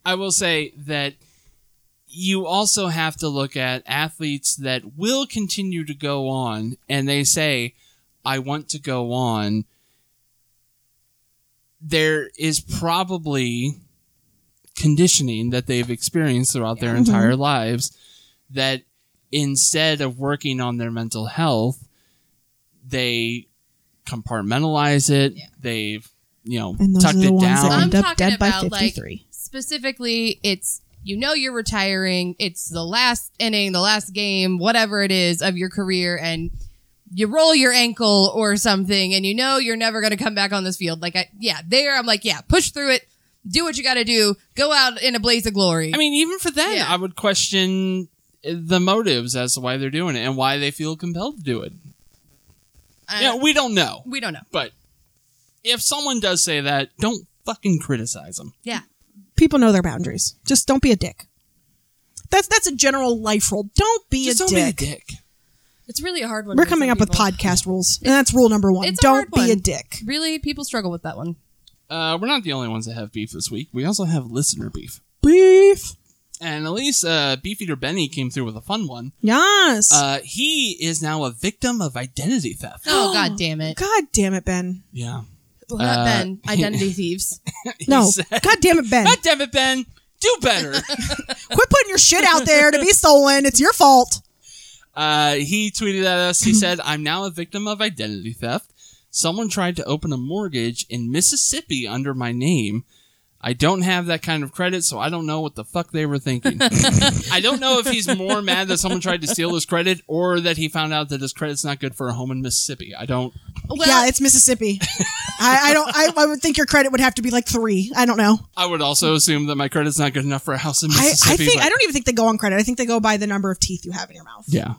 Speaker 1: I will say that you also have to look at athletes that will continue to go on and they say, I want to go on. There is probably conditioning that they've experienced throughout their entire lives that instead of working on their mental health, they compartmentalize it. They've, you know,
Speaker 3: And those
Speaker 1: tucked
Speaker 3: are the
Speaker 1: it
Speaker 3: ones
Speaker 1: down.
Speaker 3: that
Speaker 2: I'm
Speaker 3: end up
Speaker 2: talking
Speaker 3: dead by
Speaker 2: about, like,
Speaker 3: 53.
Speaker 2: specifically it's you know you're retiring it's the last inning the last game whatever it is of your career and you roll your ankle or something and you know you're never going to come back on this field like I, yeah there i'm like yeah push through it do what you got to do go out in a blaze of glory
Speaker 1: I mean, even for them,
Speaker 2: Yeah.
Speaker 1: I would question the motives as to why they're doing it and why they feel compelled to do it.
Speaker 2: Uh,
Speaker 1: yeah, we don't know.
Speaker 2: we don't know
Speaker 1: But if someone does say that, don't fucking criticize them.
Speaker 2: yeah
Speaker 3: people know their boundaries. Just don't be a dick. That's that's a general life rule. Don't be,
Speaker 1: Just
Speaker 3: a,
Speaker 1: don't
Speaker 3: dick.
Speaker 1: be a dick.
Speaker 2: it's really a hard one
Speaker 3: We're
Speaker 2: for
Speaker 3: coming
Speaker 2: some
Speaker 3: up with
Speaker 2: people.
Speaker 3: podcast rules, and that's rule number one.
Speaker 2: It's a
Speaker 3: Don't
Speaker 2: hard
Speaker 3: be a
Speaker 2: one.
Speaker 3: dick.
Speaker 2: really people struggle with that one
Speaker 1: Uh, we're not the only ones that have beef this week. We also have listener beef.
Speaker 3: Beef.
Speaker 1: And at least uh, Beef Eater Benny came through with a fun one.
Speaker 3: Yes.
Speaker 1: Uh, he is now a victim of identity theft.
Speaker 2: oh god damn it
Speaker 3: God damn it, Ben.
Speaker 1: Yeah.
Speaker 2: well, not
Speaker 1: Uh,
Speaker 2: ben identity thieves
Speaker 1: He
Speaker 3: No.
Speaker 1: said-
Speaker 3: God damn it, Ben.
Speaker 1: God damn it, Ben. Do better.
Speaker 3: Quit putting your shit out there to be stolen. It's your fault.
Speaker 1: Uh, he tweeted at us. He said, "I'm now a victim of identity theft. Someone tried to open a mortgage in Mississippi under my name. I don't have that kind of credit, so I don't know what the fuck they were thinking. I don't know if he's more mad that someone tried to steal his credit or that he found out that his credit's not good for a home in Mississippi. I don't.
Speaker 2: well
Speaker 3: yeah, it's Mississippi. I, I don't. I, I would think your credit would have to be like three. I don't know.
Speaker 1: I would also assume that my credit's not good enough for a house in
Speaker 3: I, I
Speaker 1: Mississippi.
Speaker 3: think
Speaker 1: but-
Speaker 3: I don't even think they go on credit. I think they go by the number of teeth you have in your mouth.
Speaker 1: Yeah,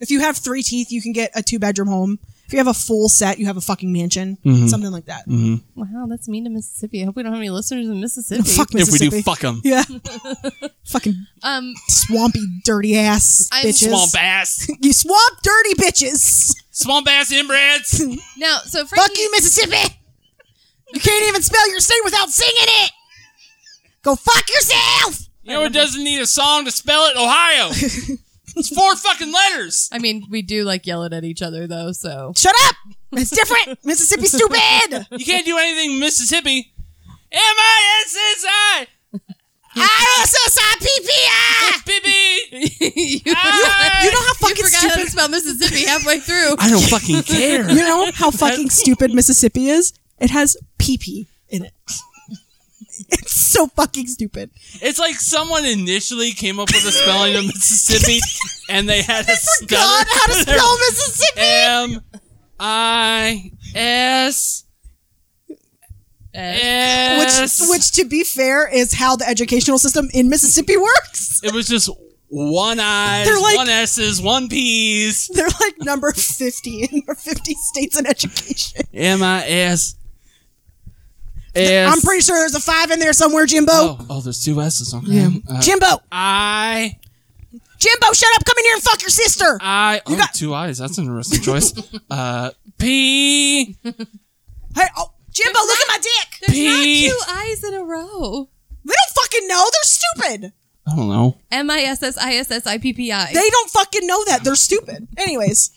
Speaker 3: If you have three teeth, you can get a two bedroom home. If you have a full set, you have a fucking mansion,
Speaker 1: Mm-hmm.
Speaker 3: something like that.
Speaker 2: wow that's mean to mississippi i hope we don't have any listeners in mississippi
Speaker 3: Fuck
Speaker 1: if we
Speaker 3: Mississippi.
Speaker 1: do, fuck them.
Speaker 3: yeah, fucking
Speaker 2: um
Speaker 3: swampy, dirty ass
Speaker 2: I'm
Speaker 3: bitches.
Speaker 1: Swamp ass,
Speaker 3: You swamp dirty bitches.
Speaker 1: swamp ass inbreds.
Speaker 2: Now, so Frankie,
Speaker 3: Fuck you, Mississippi. You can't even spell your name without singing it. Go fuck yourself.
Speaker 1: You know, it doesn't need a song to spell it. Ohio. it's four fucking letters.
Speaker 2: I mean, we do like yell it at each other though, so
Speaker 3: Shut up. It's different. Mississippi stupid.
Speaker 1: You can't do anything in Mississippi. M I S S I
Speaker 3: I-S-S-I-P-P-I.
Speaker 1: B B.
Speaker 2: you,
Speaker 1: Ah!
Speaker 3: You know how fucking
Speaker 2: forgot how to
Speaker 3: stupid.
Speaker 2: spell Mississippi halfway through.
Speaker 1: I don't fucking care.
Speaker 3: You know
Speaker 5: How fucking stupid Mississippi is? It has pee pee in it. It's so fucking stupid.
Speaker 1: It's like someone initially came up with a spelling of Mississippi, and they had a stutter.
Speaker 3: God, how to spell Mississippi?
Speaker 1: M I S
Speaker 2: Eh.
Speaker 1: S.
Speaker 3: Which, which, to be fair, is how the educational system in Mississippi works.
Speaker 1: It was just one eyes,
Speaker 3: They're like-
Speaker 1: one S's, one P's.
Speaker 3: They're like number 50 in their 50 states in education.
Speaker 1: M I S
Speaker 3: I'm pretty sure there's a five in there somewhere, Jimbo.
Speaker 1: Oh, oh, there's two S's. Okay. Uh,
Speaker 3: Jimbo,
Speaker 1: I
Speaker 3: Jimbo, shut up. Come in here and fuck your sister.
Speaker 1: I oh,
Speaker 3: got-
Speaker 1: two eyes. That's an interesting choice. Uh, P
Speaker 3: Hey, oh, Jimbo, look at my dick.
Speaker 2: There's
Speaker 1: P-
Speaker 2: not two eyes in a row.
Speaker 3: They don't fucking know. They're stupid.
Speaker 1: I don't know.
Speaker 2: M I S S I S S I P P I.
Speaker 3: They don't fucking know that. They're stupid. Anyways,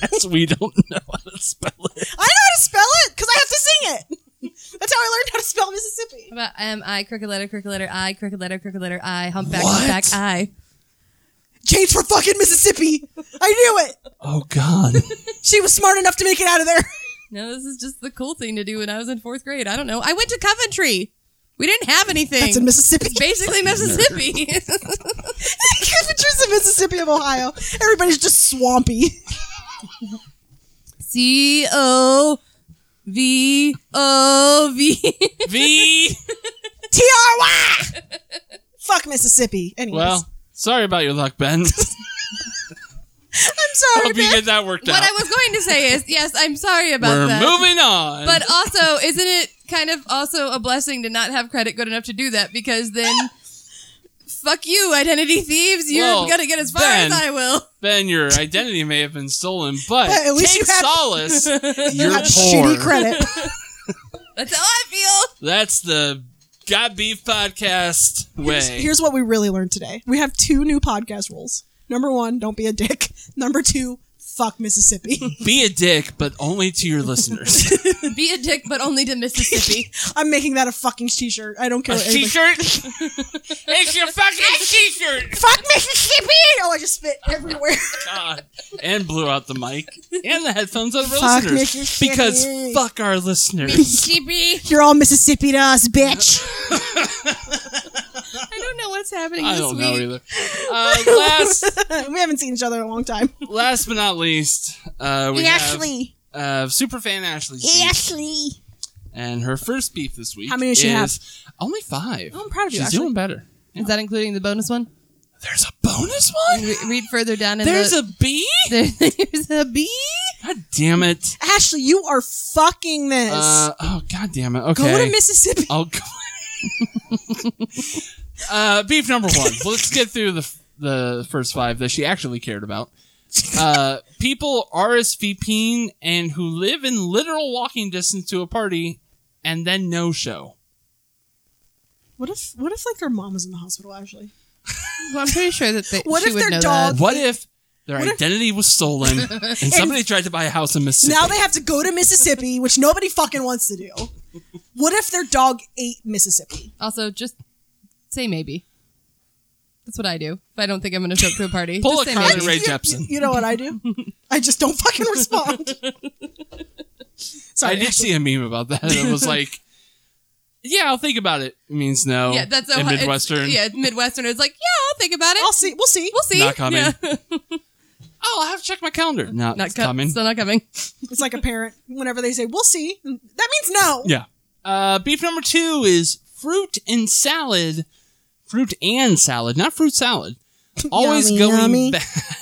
Speaker 1: That's we don't know how to spell it.
Speaker 3: I know how to spell it because I have to sing it. That's how I learned how to spell Mississippi.
Speaker 2: How about M I crooked letter crooked letter I crooked letter crooked letter I humpback
Speaker 1: What?
Speaker 2: humpback I.
Speaker 3: Change for fucking Mississippi. I knew it.
Speaker 1: Oh God.
Speaker 3: She was smart enough to make it out of there.
Speaker 2: No, this is just the cool thing to do when I was in fourth grade. I don't know. I went to Coventry. We didn't have anything.
Speaker 3: That's in Mississippi.
Speaker 2: Basically Mississippi.
Speaker 3: Pictures of Mississippi of Ohio. Everybody's just swampy.
Speaker 2: C O V O V.
Speaker 1: V.
Speaker 3: T R Y. Fuck Mississippi. Anyways,
Speaker 1: Well, sorry about your luck, Ben.
Speaker 3: I'm sorry,
Speaker 1: Hope you
Speaker 3: man.
Speaker 1: get that worked
Speaker 2: What
Speaker 1: out.
Speaker 2: I was going to say is, yes, I'm sorry about
Speaker 1: We're
Speaker 2: that.
Speaker 1: moving on.
Speaker 2: But also, isn't it kind of also a blessing to not have credit good enough to do that? Because then, fuck you, identity thieves. You're
Speaker 1: Well,
Speaker 2: gonna get as far
Speaker 1: then-
Speaker 2: as I will.
Speaker 1: Ben, your identity may have been stolen, but
Speaker 3: But at least
Speaker 1: take
Speaker 3: you had-
Speaker 1: solace.
Speaker 3: You
Speaker 1: You're
Speaker 3: have
Speaker 1: poor.
Speaker 3: shitty credit.
Speaker 2: That's how I feel.
Speaker 1: That's the Got Beef podcast way.
Speaker 3: Here's- Here's what we really learned today. We have two new podcast rules. Number one, don't be a dick. Number two, fuck Mississippi.
Speaker 1: Be a dick, but only to your listeners.
Speaker 2: Be a dick, but only to Mississippi.
Speaker 3: I'm making that a fucking t-shirt. I don't care.
Speaker 1: A
Speaker 3: What anybody-
Speaker 1: t-shirt. it's your fucking t-shirt.
Speaker 3: fuck Mississippi! Oh, I just spit everywhere.
Speaker 1: God. And blew out the mic and the headphones out of our
Speaker 3: Fuck
Speaker 1: listeners
Speaker 3: Mississippi.
Speaker 1: because fuck our listeners.
Speaker 2: Mississippi.
Speaker 3: You're all Mississippi to us, bitch.
Speaker 2: I don't know what's happening
Speaker 1: I
Speaker 2: this
Speaker 1: don't
Speaker 2: week.
Speaker 1: know either. Uh, last,
Speaker 3: we haven't seen each other in a long time.
Speaker 1: last but not least, uh, we have uh, superfan Ashley,
Speaker 3: Ashley.
Speaker 1: and her first beef this week.
Speaker 3: How many does she
Speaker 1: is
Speaker 3: have?
Speaker 1: Only five.
Speaker 3: Oh, I'm proud of you,
Speaker 1: She's
Speaker 3: Ashley.
Speaker 1: doing better.
Speaker 2: Is that including the bonus one?
Speaker 1: There's a bonus one.
Speaker 2: Re- read further down in
Speaker 1: There's
Speaker 2: the.
Speaker 1: a bee.
Speaker 2: there- there's a bee.
Speaker 1: God damn it.
Speaker 3: Ashley, you are fucking this.
Speaker 1: Uh, oh god damn it. Okay.
Speaker 3: Go to Mississippi.
Speaker 1: I'll go. uh, beef number one. Let's get through the the first five that she actually cared about. Uh, people RSVPing and who live in literal walking distance to a party and then no show.
Speaker 3: What if what if like their mom was in the hospital, Ashley?
Speaker 2: Well, I'm pretty sure that they,
Speaker 3: What
Speaker 2: she
Speaker 3: if
Speaker 2: would
Speaker 3: their
Speaker 2: know
Speaker 3: dog-
Speaker 2: that.
Speaker 1: What if their
Speaker 3: What if-
Speaker 1: identity was stolen and somebody tried to buy a house in Mississippi?
Speaker 3: Now they have to go to Mississippi, which nobody fucking wants to do. What if their dog ate Mississippi?
Speaker 2: Also, just say maybe. That's what I do. If I don't think I'm going to show up to a party,
Speaker 1: Pull
Speaker 2: just
Speaker 1: a
Speaker 2: say
Speaker 1: card
Speaker 2: maybe.
Speaker 1: and Ray
Speaker 3: You-
Speaker 1: Jepsen.
Speaker 3: You, you know what I do? I just don't fucking respond.
Speaker 1: I
Speaker 3: Sorry,
Speaker 1: did
Speaker 3: Ashley.
Speaker 1: see a meme about that. It was like, yeah, I'll think about it. It means no.
Speaker 2: Yeah, that's
Speaker 1: in
Speaker 2: Ohio- it's-
Speaker 1: Midwestern.
Speaker 2: Yeah, Midwestern. It's like, yeah, I'll think about it.
Speaker 3: I'll see. We'll see.
Speaker 2: we'll see.
Speaker 1: Not coming.
Speaker 2: Yeah.
Speaker 1: Oh, I have to check my calendar. Not,
Speaker 2: Not co-
Speaker 1: coming.
Speaker 2: Still not coming.
Speaker 3: It's like a parent. Whenever they say "we'll see," that means no.
Speaker 1: Yeah. Uh, beef number two is fruit and salad. Fruit and salad, not fruit salad. Always
Speaker 3: Yummy,
Speaker 1: going
Speaker 3: yummy.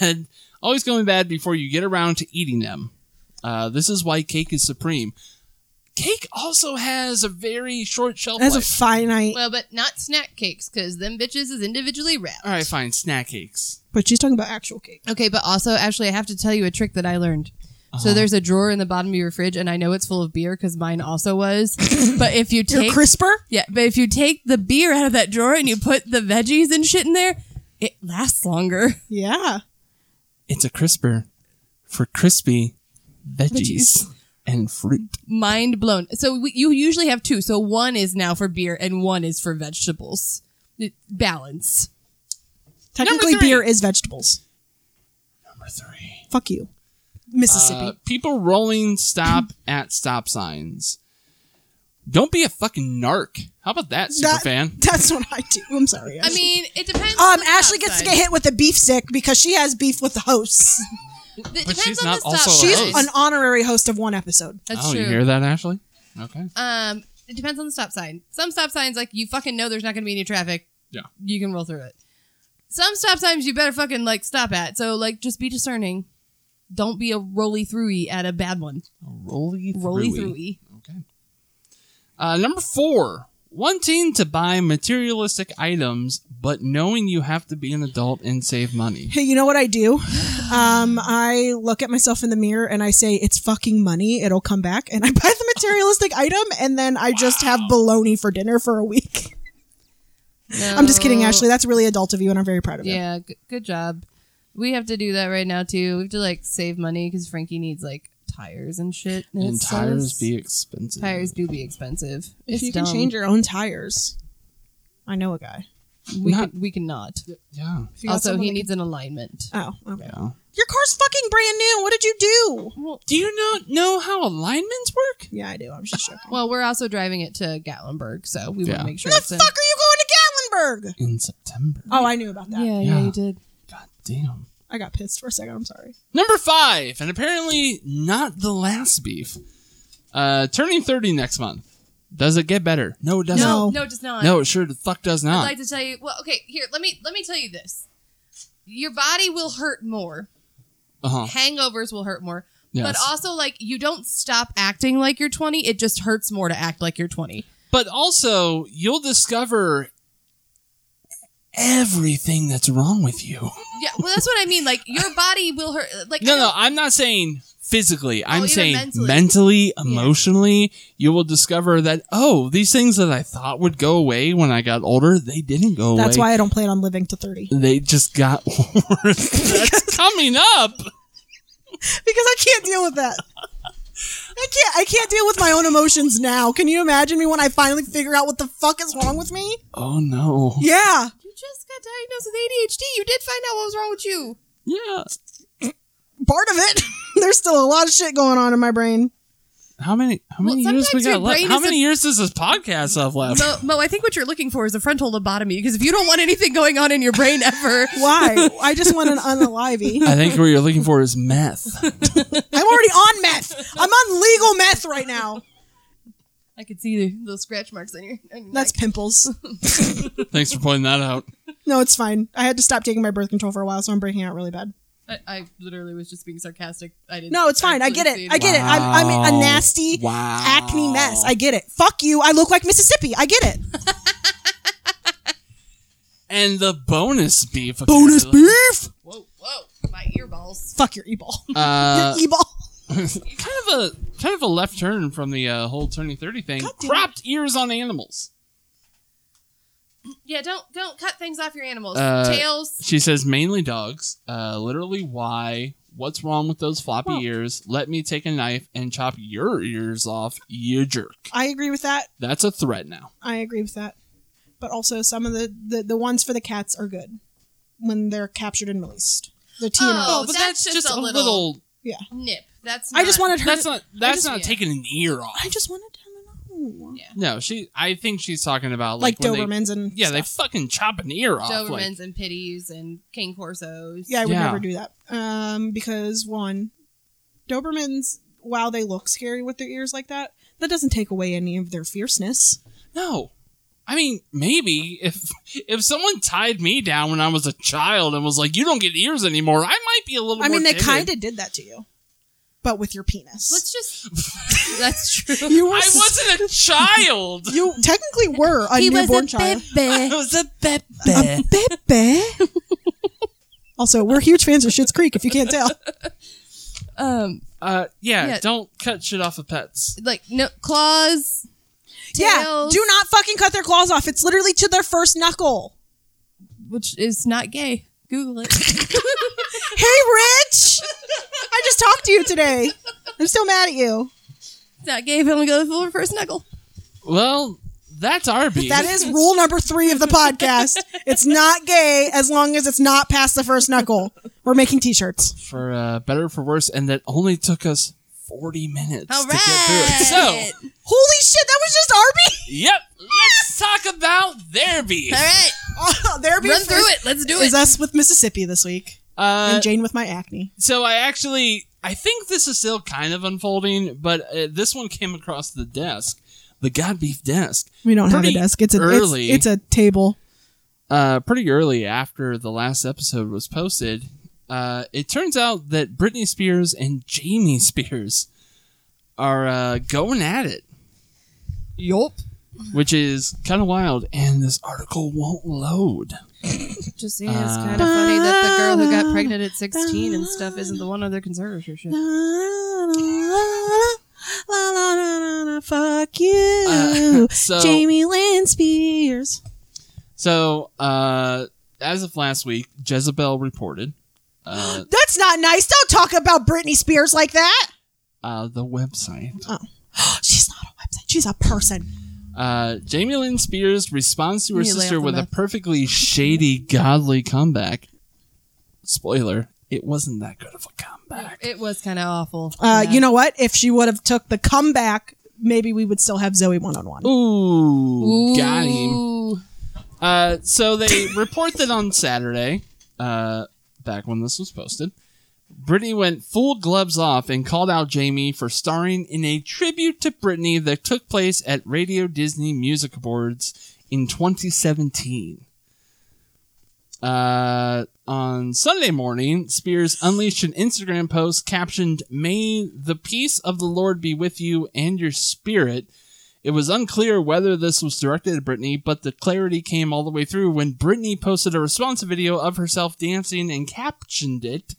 Speaker 1: bad. Always going bad before you get around to eating them. Uh, this is why cake is supreme. Cake also has a very short shelf
Speaker 3: That's a
Speaker 1: life.
Speaker 3: finite.
Speaker 2: Well, but not snack cakes because them bitches is individually wrapped.
Speaker 1: All right, fine. Snack cakes.
Speaker 3: But she's talking about actual cake.
Speaker 2: Okay, but also, Ashley, I have to tell you a trick that I learned.
Speaker 1: Uh-huh.
Speaker 2: So there's a drawer in the bottom of your fridge, and I know it's full of beer because mine also was. but if you
Speaker 3: Your
Speaker 2: take
Speaker 3: crisper?
Speaker 2: yeah, but if you take the beer out of that drawer and you put the veggies and shit in there, it lasts longer.
Speaker 3: Yeah.
Speaker 1: It's a crisper for crispy veggies, and fruit.
Speaker 2: Mind blown. So we, you usually have two. So one is now for beer, and one is for vegetables. It- Balance.
Speaker 3: Technically,
Speaker 1: three.
Speaker 3: beer is vegetables.
Speaker 1: Number three.
Speaker 3: Fuck you, Mississippi.
Speaker 1: Uh, people rolling stop at stop signs. Don't be a fucking narc. How about that, super
Speaker 3: That-
Speaker 1: fan?
Speaker 3: That's what I do. I'm sorry.
Speaker 2: I mean, it depends. on
Speaker 3: um,
Speaker 2: the
Speaker 3: Ashley
Speaker 2: stop
Speaker 3: gets to
Speaker 2: sign.
Speaker 3: get hit with a beef stick because she has beef with the hosts.
Speaker 2: It
Speaker 1: But
Speaker 2: depends
Speaker 1: she's
Speaker 2: on
Speaker 1: not
Speaker 2: the
Speaker 1: also
Speaker 2: stop
Speaker 1: a
Speaker 3: She's
Speaker 2: sign.
Speaker 1: host.
Speaker 3: an honorary host of one episode.
Speaker 2: That's
Speaker 1: oh,
Speaker 2: true.
Speaker 1: you hear that, Ashley? Okay.
Speaker 2: Um, it depends on the stop sign. Some stop signs, like you fucking know, there's not going to be any traffic.
Speaker 1: Yeah.
Speaker 2: you can roll through it. Some stop signs you better fucking like stop at. So like, just be discerning. Don't be a roly throughy at a bad one.
Speaker 1: Rolly through.
Speaker 2: Roly throughy.
Speaker 1: Okay. Uh, number four, wanting to buy materialistic items, but knowing you have to be an adult and save money.
Speaker 3: Hey, you know what I do? Um, I look at myself in the mirror and I say, "It's fucking money. It'll come back." And I buy the materialistic item, and then I just have bologna for dinner for a week. I'm just kidding, Ashley. That's really adult of you, and I'm very proud of you.
Speaker 2: Yeah, g- good job. We have to do that right now too. We have to like save money because Frankie needs like tires and shit. And,
Speaker 1: and
Speaker 2: it
Speaker 1: tires
Speaker 2: sucks.
Speaker 1: be expensive.
Speaker 2: tires do be expensive.
Speaker 3: If
Speaker 2: It's
Speaker 3: you
Speaker 2: dumb.
Speaker 3: can change your own tires, I know a guy.
Speaker 2: we
Speaker 1: Not-
Speaker 2: can, we cannot.
Speaker 1: Yeah.
Speaker 3: If you got
Speaker 2: Also,
Speaker 3: someone
Speaker 2: he
Speaker 3: that
Speaker 2: needs an alignment.
Speaker 3: Can- oh, okay.
Speaker 1: Yeah.
Speaker 3: Your car's fucking brand new. What did you do?
Speaker 2: Well,
Speaker 1: Do you not know how alignments work?
Speaker 3: Yeah, I do. I'm just joking.
Speaker 2: Well, we're also driving it to Gatlinburg, so we want
Speaker 1: Yeah.
Speaker 2: to make sure
Speaker 3: When the
Speaker 2: it's in.
Speaker 3: fuck are you going to Gatlinburg?
Speaker 1: In September.
Speaker 3: Oh, I knew about that.
Speaker 2: Yeah, yeah,
Speaker 1: Yeah.
Speaker 2: you did.
Speaker 1: God damn.
Speaker 3: I got pissed for a second. I'm sorry.
Speaker 1: Number five, and apparently not the last beef. Uh, turning 30 next month. Does it get better? No, it doesn't.
Speaker 2: No,
Speaker 3: No.
Speaker 2: no, it does not.
Speaker 1: No, it sure the fuck does
Speaker 2: I'd
Speaker 1: not.
Speaker 2: like to tell you. Well, okay, here, let me let me tell you this. Your body will hurt more.
Speaker 1: uh-huh.
Speaker 2: Hangovers will hurt more.
Speaker 1: Yes.
Speaker 2: But also, like, you don't stop acting like you're 20. It just hurts more to act like you're 20.
Speaker 1: But also, you'll discover everything that's wrong with you.
Speaker 2: Yeah, well, that's what I mean. Like, your body will hurt. Like, I
Speaker 1: No, no,
Speaker 2: don't-
Speaker 1: I'm not saying physically. I'm
Speaker 2: even
Speaker 1: saying mentally,
Speaker 2: mentally.
Speaker 1: emotionally, you will discover that oh, these things that I thought would go away when I got older, they didn't go
Speaker 3: That's
Speaker 1: away.
Speaker 3: why I don't plan on living to 30.
Speaker 1: they just got worse. That's coming up.
Speaker 3: because I can't deal with that. I can't. I can't deal with my own emotions now. Can you imagine me when I finally figure out what the fuck is wrong with me?
Speaker 1: Oh no.
Speaker 3: Yeah,
Speaker 2: You just got diagnosed with ADHD. You did find out what was wrong with you.
Speaker 1: Yeah.
Speaker 3: part of it. There's still a lot of shit going on in my brain.
Speaker 1: How many how
Speaker 2: Well,
Speaker 1: many years we
Speaker 2: sometimes
Speaker 1: got
Speaker 2: your
Speaker 1: left?
Speaker 2: brain
Speaker 1: How
Speaker 2: is a-
Speaker 1: many years does this podcast have left?
Speaker 2: Mo, Mo, I think what you're looking for is a frontal lobotomy because if you don't want anything going on in your brain ever,
Speaker 3: Why? I just want an unalivey.
Speaker 1: I think what you're looking for is meth.
Speaker 3: I'm already on meth. I'm on legal meth right now.
Speaker 2: I could see the, those scratch marks on your. On your
Speaker 3: That's pimples.
Speaker 1: Thanks for pointing that out.
Speaker 3: No, it's fine. I had to stop taking my birth control for a while, so I'm breaking out really bad.
Speaker 2: neck. I, I literally was just being sarcastic. I didn't.
Speaker 3: No, it's fine. I get
Speaker 2: actually
Speaker 3: it.
Speaker 2: see
Speaker 3: I get it. I'm, I'm a
Speaker 1: Wow.
Speaker 3: nasty
Speaker 1: Wow.
Speaker 3: acne mess. I get it. Fuck you. I look like Mississippi. I get it.
Speaker 1: And the bonus beef.
Speaker 3: Bonus
Speaker 1: apparently.
Speaker 3: beef.
Speaker 2: Whoa, whoa, my earballs.
Speaker 3: Fuck your e-ball.
Speaker 1: Uh,
Speaker 3: your e-ball.
Speaker 1: kind of a kind of a left turn from the uh, whole turning thirty thing.
Speaker 3: damn
Speaker 1: Cropped ears on animals.
Speaker 2: Yeah, don't don't cut things off your animals.
Speaker 1: Uh,
Speaker 2: Tails.
Speaker 1: She says mainly dogs. Uh, literally, why? What's wrong with those floppy
Speaker 3: Well-
Speaker 1: ears? Let me take a knife and chop your ears off, you jerk.
Speaker 3: I agree with that.
Speaker 1: That's a threat now.
Speaker 3: I agree with that. But also, some of the, the, the ones for the cats are good when they're captured and released. The TNR.
Speaker 2: Oh, but that's just a little- Nip. That's. Not,
Speaker 3: I just wanted her.
Speaker 1: That's
Speaker 3: to,
Speaker 1: not. That's
Speaker 2: just-
Speaker 1: not
Speaker 2: yeah.
Speaker 1: taking an ear off.
Speaker 3: I just wanted her to know.
Speaker 2: Yeah.
Speaker 1: No, she. I think she's talking about
Speaker 3: Like,
Speaker 1: like, when They,
Speaker 3: Dobermans and
Speaker 1: yeah, they
Speaker 3: stuff.
Speaker 1: fucking chop an ear off.
Speaker 2: Dobermans
Speaker 1: like-
Speaker 2: and pitties and king corsos.
Speaker 3: yeah, I would
Speaker 1: Yeah.
Speaker 3: never do that. Um, because one, Dobermans, while they look scary with their ears like that, that doesn't take away any of their fierceness.
Speaker 1: No. I mean, maybe if if someone tied me down when I was a child and was like, "You don't get ears anymore," I might be a little.
Speaker 3: I mean,
Speaker 1: more
Speaker 3: they
Speaker 1: timid.
Speaker 3: kind of did that to you, but with your penis.
Speaker 2: Let's just. that's true.
Speaker 3: you
Speaker 1: I
Speaker 3: were
Speaker 1: wasn't a child.
Speaker 3: You technically were a newborn child.
Speaker 1: I
Speaker 2: baby.
Speaker 1: was a
Speaker 3: A
Speaker 1: bebe.
Speaker 3: Pepe. also, we're huge fans of Schitt's Creek, if you can't tell.
Speaker 2: Um,
Speaker 1: Uh, yeah,
Speaker 2: Yeah.
Speaker 1: Don't cut shit off of pets.
Speaker 2: Like no claws.
Speaker 3: Yeah,
Speaker 2: tails,
Speaker 3: do not fucking cut their claws off. It's literally to their first knuckle.
Speaker 2: which is not gay. Google it.
Speaker 3: Hey, Rich! I just talked to you today. I'm still mad at you.
Speaker 2: It's not gay if it only goes for first knuckle.
Speaker 1: Well, that's our beef.
Speaker 3: That is rule number three of the podcast. It's not gay as long as it's not past the first knuckle. We're making t shirts.
Speaker 1: for uh, better or for worse, and that only took us forty minutes
Speaker 2: All
Speaker 1: to get through
Speaker 2: right.
Speaker 1: it. So,
Speaker 3: Holy shit, that was just Arby!
Speaker 1: yep, let's talk about their beef.
Speaker 2: All right.
Speaker 3: Oh, there be
Speaker 2: Run through it. Let's do
Speaker 3: Is
Speaker 2: it.
Speaker 3: us with Mississippi this week.
Speaker 1: Uh,
Speaker 3: and Jane with my acne.
Speaker 1: so I actually, I think this is still kind of unfolding, but uh, this one came across the desk, the God Beef desk,
Speaker 3: We don't have a
Speaker 1: pretty
Speaker 3: desk. It's a it's-
Speaker 1: early.
Speaker 3: It's, a table.
Speaker 1: uh, pretty early after the last episode was posted. Uh, it turns out that Britney Spears and Jamie Spears are uh, going at it.
Speaker 2: Yup.
Speaker 1: which is kind of wild. And this article won't load.
Speaker 2: Just yeah, it's
Speaker 1: Uh,
Speaker 2: kind of funny that the girl who got pregnant at 16 and stuff isn't the one under conservatorship. Uh,
Speaker 3: La, la, la, la, la, fuck you,
Speaker 1: Uh, so,
Speaker 3: Jamie Lynn Spears.
Speaker 1: so uh, as of last week, Jezebel reported uh,
Speaker 3: That's not nice. Don't talk about Britney Spears like that.
Speaker 1: uh, the website.
Speaker 3: She's not a website. She's a person.
Speaker 1: Uh, Jamie Lynn Spears responds to her
Speaker 2: You lay
Speaker 1: sister
Speaker 2: off the
Speaker 1: with a
Speaker 2: meth.
Speaker 1: perfectly shady, godly comeback. Spoiler: It wasn't that good of a comeback.
Speaker 2: It was kind of awful.
Speaker 3: Uh,
Speaker 2: Yeah.
Speaker 3: You know what? If she would have took the comeback, maybe we would still have Zoe one on one.
Speaker 1: Ooh,
Speaker 2: Ooh.
Speaker 1: got him. Uh, so they report that on Saturday, uh, back when this was posted, Brittany went full gloves off and called out Jamie for starring in a tribute to Brittany that took place at Radio Disney Music Awards in 2017. Uh, on Sunday morning, Spears unleashed an Instagram post captioned, May the peace of the Lord be with you and your spirit. It was unclear whether this was directed at Britney, but the clarity came all the way through when Britney posted a response video of herself dancing and captioned it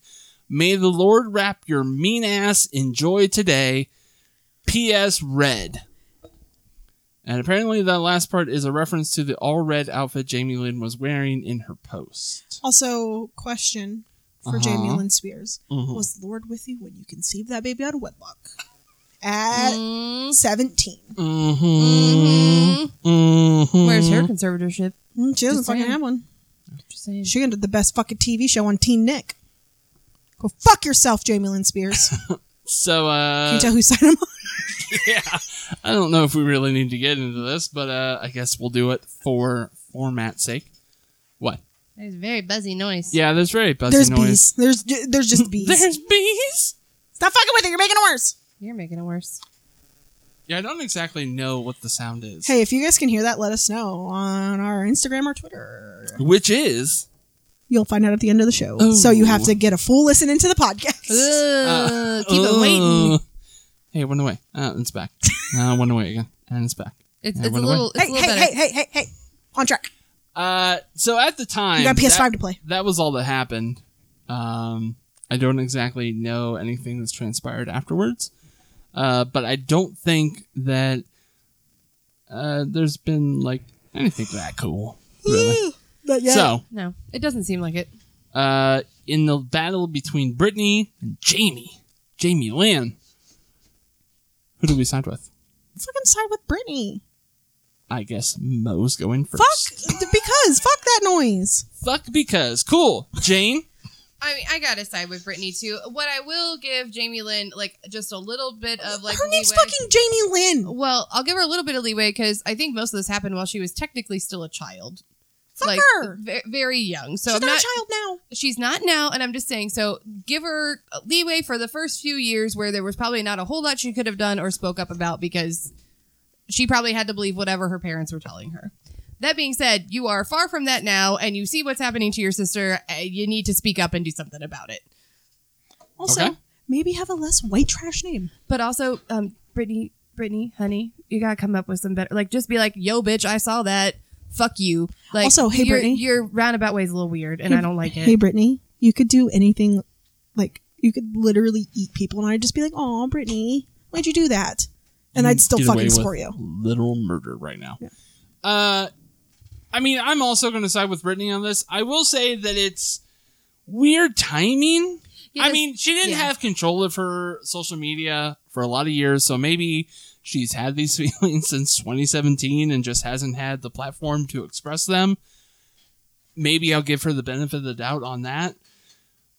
Speaker 1: May the Lord wrap your mean ass in joy today. P.S. Red. And apparently, that last part is a reference to the all red outfit Jamie Lynn was wearing in her post.
Speaker 3: Also, question for
Speaker 1: Uh-huh.
Speaker 3: Jamie Lynn Spears
Speaker 2: Mm-hmm.
Speaker 1: Mhm.
Speaker 3: Was the Lord with you when you conceived that baby out of wedlock? At
Speaker 2: Mm.
Speaker 3: 17.
Speaker 1: Mm-hmm. Mm-hmm.
Speaker 2: Where's her conservatorship?
Speaker 3: Mm, She doesn't
Speaker 2: Just
Speaker 3: fucking
Speaker 2: saying.
Speaker 3: have one.
Speaker 2: Just saying.
Speaker 3: She ended the best fucking TV show on Teen Nick. Go fuck yourself, Jamie Lynn Spears.
Speaker 1: So, uh.
Speaker 3: Can you tell who side I'm on?
Speaker 1: yeah. I don't know if we really need to get into this, but uh, I guess we'll do it for format's sake. What?
Speaker 2: There's a very buzzy noise.
Speaker 1: Yeah, there's very buzzy
Speaker 3: There's
Speaker 1: noise.
Speaker 3: bees. There's there's just bees.
Speaker 1: There's bees.
Speaker 3: Stop fucking with it. You're making it worse.
Speaker 2: You're making it worse.
Speaker 1: Yeah, I don't exactly know what the sound is.
Speaker 3: Hey, if you guys can hear that, let us know on our Instagram or Twitter.
Speaker 1: Which is
Speaker 3: You'll find out at the end of the show.
Speaker 1: Ooh.
Speaker 3: So you have to get a full listen into the podcast.
Speaker 1: uh,
Speaker 2: Ugh, keep it waiting.
Speaker 1: uh, Hey, it went away. Uh, it's back. Uh, it went away again, and it's back.
Speaker 2: It's,
Speaker 1: Yeah,
Speaker 2: it's a
Speaker 1: went away.
Speaker 2: little. It's
Speaker 3: hey,
Speaker 2: a
Speaker 3: hey,
Speaker 2: little better.
Speaker 3: hey, hey, hey, hey. On track.
Speaker 1: Uh, so at the time,
Speaker 3: You got a PS5
Speaker 1: that-
Speaker 3: to play.
Speaker 1: that was all that happened. Um, I don't exactly know anything that's transpired afterwards, uh, but I don't think that uh, there's been like anything that cool, really.
Speaker 3: But yeah.
Speaker 1: So,
Speaker 2: No, it doesn't seem like it.
Speaker 1: uh, in the battle between Brittany and Jamie, Jamie Lynn, who do we side with?
Speaker 3: fucking side with Brittany.
Speaker 1: I guess Mo's going first.
Speaker 3: Fuck because fuck that noise.
Speaker 1: Fuck because cool, Jane.
Speaker 2: I mean, I gotta side with Brittany too. What I will give Jamie Lynn, like, just a little bit of like.
Speaker 3: Her name's
Speaker 2: leeway-
Speaker 3: fucking Jamie Lynn.
Speaker 2: Well, I'll give her a little bit of leeway because I think most of this happened while she was technically still a child,
Speaker 3: Fuck
Speaker 2: like
Speaker 3: her.
Speaker 2: ve- very young. So
Speaker 3: She's
Speaker 2: I'm
Speaker 3: not
Speaker 2: not.
Speaker 3: a child now.
Speaker 2: she's not now, and I'm just saying. So give her leeway for the first few years where there was probably not a whole lot she could have done or spoke up about because she probably had to believe whatever her parents were telling her. That being said, you are far from that now, and you see what's happening to your sister. and You need to speak up and do something about it.
Speaker 3: Also,
Speaker 1: Okay.
Speaker 3: maybe have a less white trash name.
Speaker 2: But also, um, Brittany, Brittany, honey, you gotta come up with some better. Like, just be like, "Yo, bitch, I saw that. Fuck you." Like,
Speaker 3: Also, hey,
Speaker 2: your,
Speaker 3: Brittany.
Speaker 2: your roundabout way's a little weird, and I don't like it.
Speaker 3: Hey Brittany, you could do anything like You could literally eat people, and I'd just be like, "Oh, Brittany, why'd you do that?" And I'd still
Speaker 1: Get away
Speaker 3: fucking
Speaker 1: with
Speaker 3: support you.
Speaker 1: Literal murder right now. Uh, I mean, I'm also going to side with Brittany on this. I will say that it's weird timing. I
Speaker 2: Yes.
Speaker 1: mean, she didn't
Speaker 2: Yeah.
Speaker 1: have control of her social media for a lot of years, so maybe she's had these feelings since 2017 and just hasn't had the platform to express them. Maybe I'll give her the benefit of the doubt on that.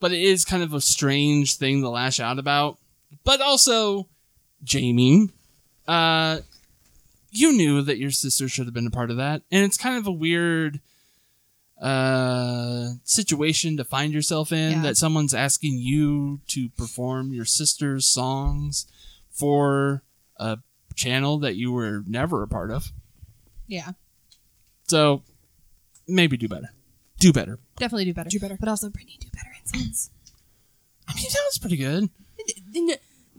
Speaker 1: But it is kind of a strange thing to lash out about. But also, Jamie, uh, you knew that your sister should have been a part of that, and it's kind of a weird uh situation to find yourself in
Speaker 2: Yeah.
Speaker 1: that someone's asking you to perform your sister's songs for a channel that you were never a part of
Speaker 2: Yeah,
Speaker 1: so maybe do better do better
Speaker 2: definitely do better.
Speaker 3: Do better.
Speaker 2: But also, Brittany, do better insults.
Speaker 1: i mean that was pretty good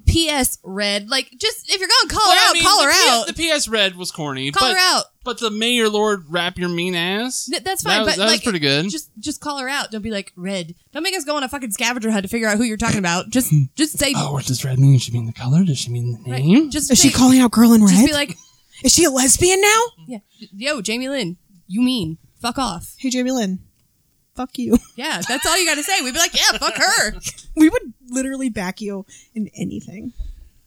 Speaker 2: P.S. Red, like just if you're gonna call her
Speaker 1: Well, I
Speaker 2: out,
Speaker 1: mean,
Speaker 2: call her
Speaker 1: the P-
Speaker 2: out.
Speaker 1: the ps red was corny
Speaker 2: Call
Speaker 1: but
Speaker 2: her out.
Speaker 1: but the mayor lord rap your mean ass
Speaker 2: Th- that's
Speaker 1: that
Speaker 2: fine,
Speaker 1: was,
Speaker 2: but
Speaker 1: that was
Speaker 2: like,
Speaker 1: pretty good
Speaker 2: just just call her out. Don't be like red. Don't make us go on a fucking scavenger hunt to figure out who you're talking about. Just just say
Speaker 1: oh what does red mean does she mean the color does she mean the
Speaker 2: right.
Speaker 1: name
Speaker 2: Just
Speaker 3: Is
Speaker 2: say,
Speaker 3: she calling out girl in
Speaker 2: Just
Speaker 3: red?
Speaker 2: be like,
Speaker 3: Is she a lesbian now?
Speaker 2: yeah, yo, Jamie Lynn, you mean fuck off.
Speaker 3: Hey, Jamie Lynn, fuck you.
Speaker 2: Yeah, that's all you got to say. We'd be like, yeah, fuck her.
Speaker 3: We would literally back you in anything.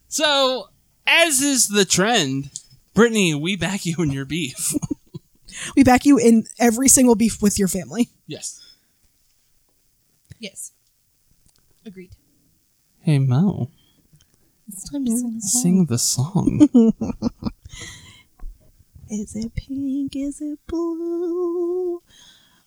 Speaker 1: So, as is the trend, Brittany, we back you in your beef.
Speaker 3: We back you in every single beef with your family.
Speaker 1: yes.
Speaker 2: Yes, agreed.
Speaker 1: Hey Mo,
Speaker 2: It's time to sing.
Speaker 1: sing the song.
Speaker 3: Is it pink? Is it blue?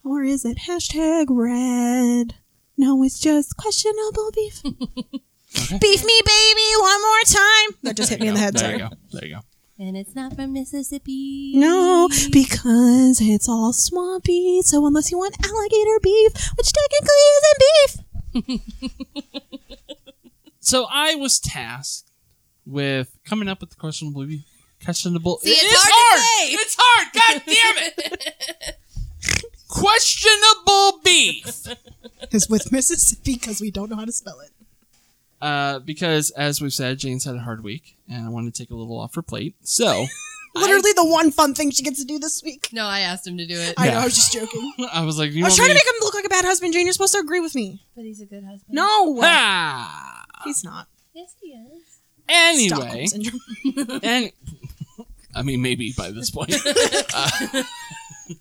Speaker 3: Or is it hashtag red? No, it's just questionable beef. Beef me, baby, one more time. That just hit me in the head.
Speaker 1: There you
Speaker 3: Sorry.
Speaker 1: go. There you go.
Speaker 2: And it's not from Mississippi.
Speaker 3: No, because it's all swampy. So unless you want alligator beef, which technically isn't beef,
Speaker 1: So I was tasked with coming up with the questionable beef. Questionable.
Speaker 2: See, it's
Speaker 1: is
Speaker 2: hard to say.
Speaker 1: It's hard. God damn it. questionable beef.
Speaker 3: is with Mississippi because we don't know how to spell it.
Speaker 1: Uh, because as we've said, Jane's had a hard week, and I wanted to take a little off her plate. So
Speaker 3: Literally the one fun thing she gets to do this week.
Speaker 2: no, I asked him to do it,
Speaker 3: I know,
Speaker 1: Yeah.
Speaker 3: I was just joking.
Speaker 1: I was like, you
Speaker 3: I was
Speaker 1: want
Speaker 3: trying to
Speaker 1: me-
Speaker 3: make him look like a bad husband, Jane. You're supposed to agree with me.
Speaker 2: but he's a good husband.
Speaker 3: No, uh,
Speaker 1: Ah.
Speaker 3: he's not.
Speaker 2: Yes, he is.
Speaker 1: Anyway,
Speaker 3: Stockholm syndrome.
Speaker 1: and I mean, maybe by this point, Uh,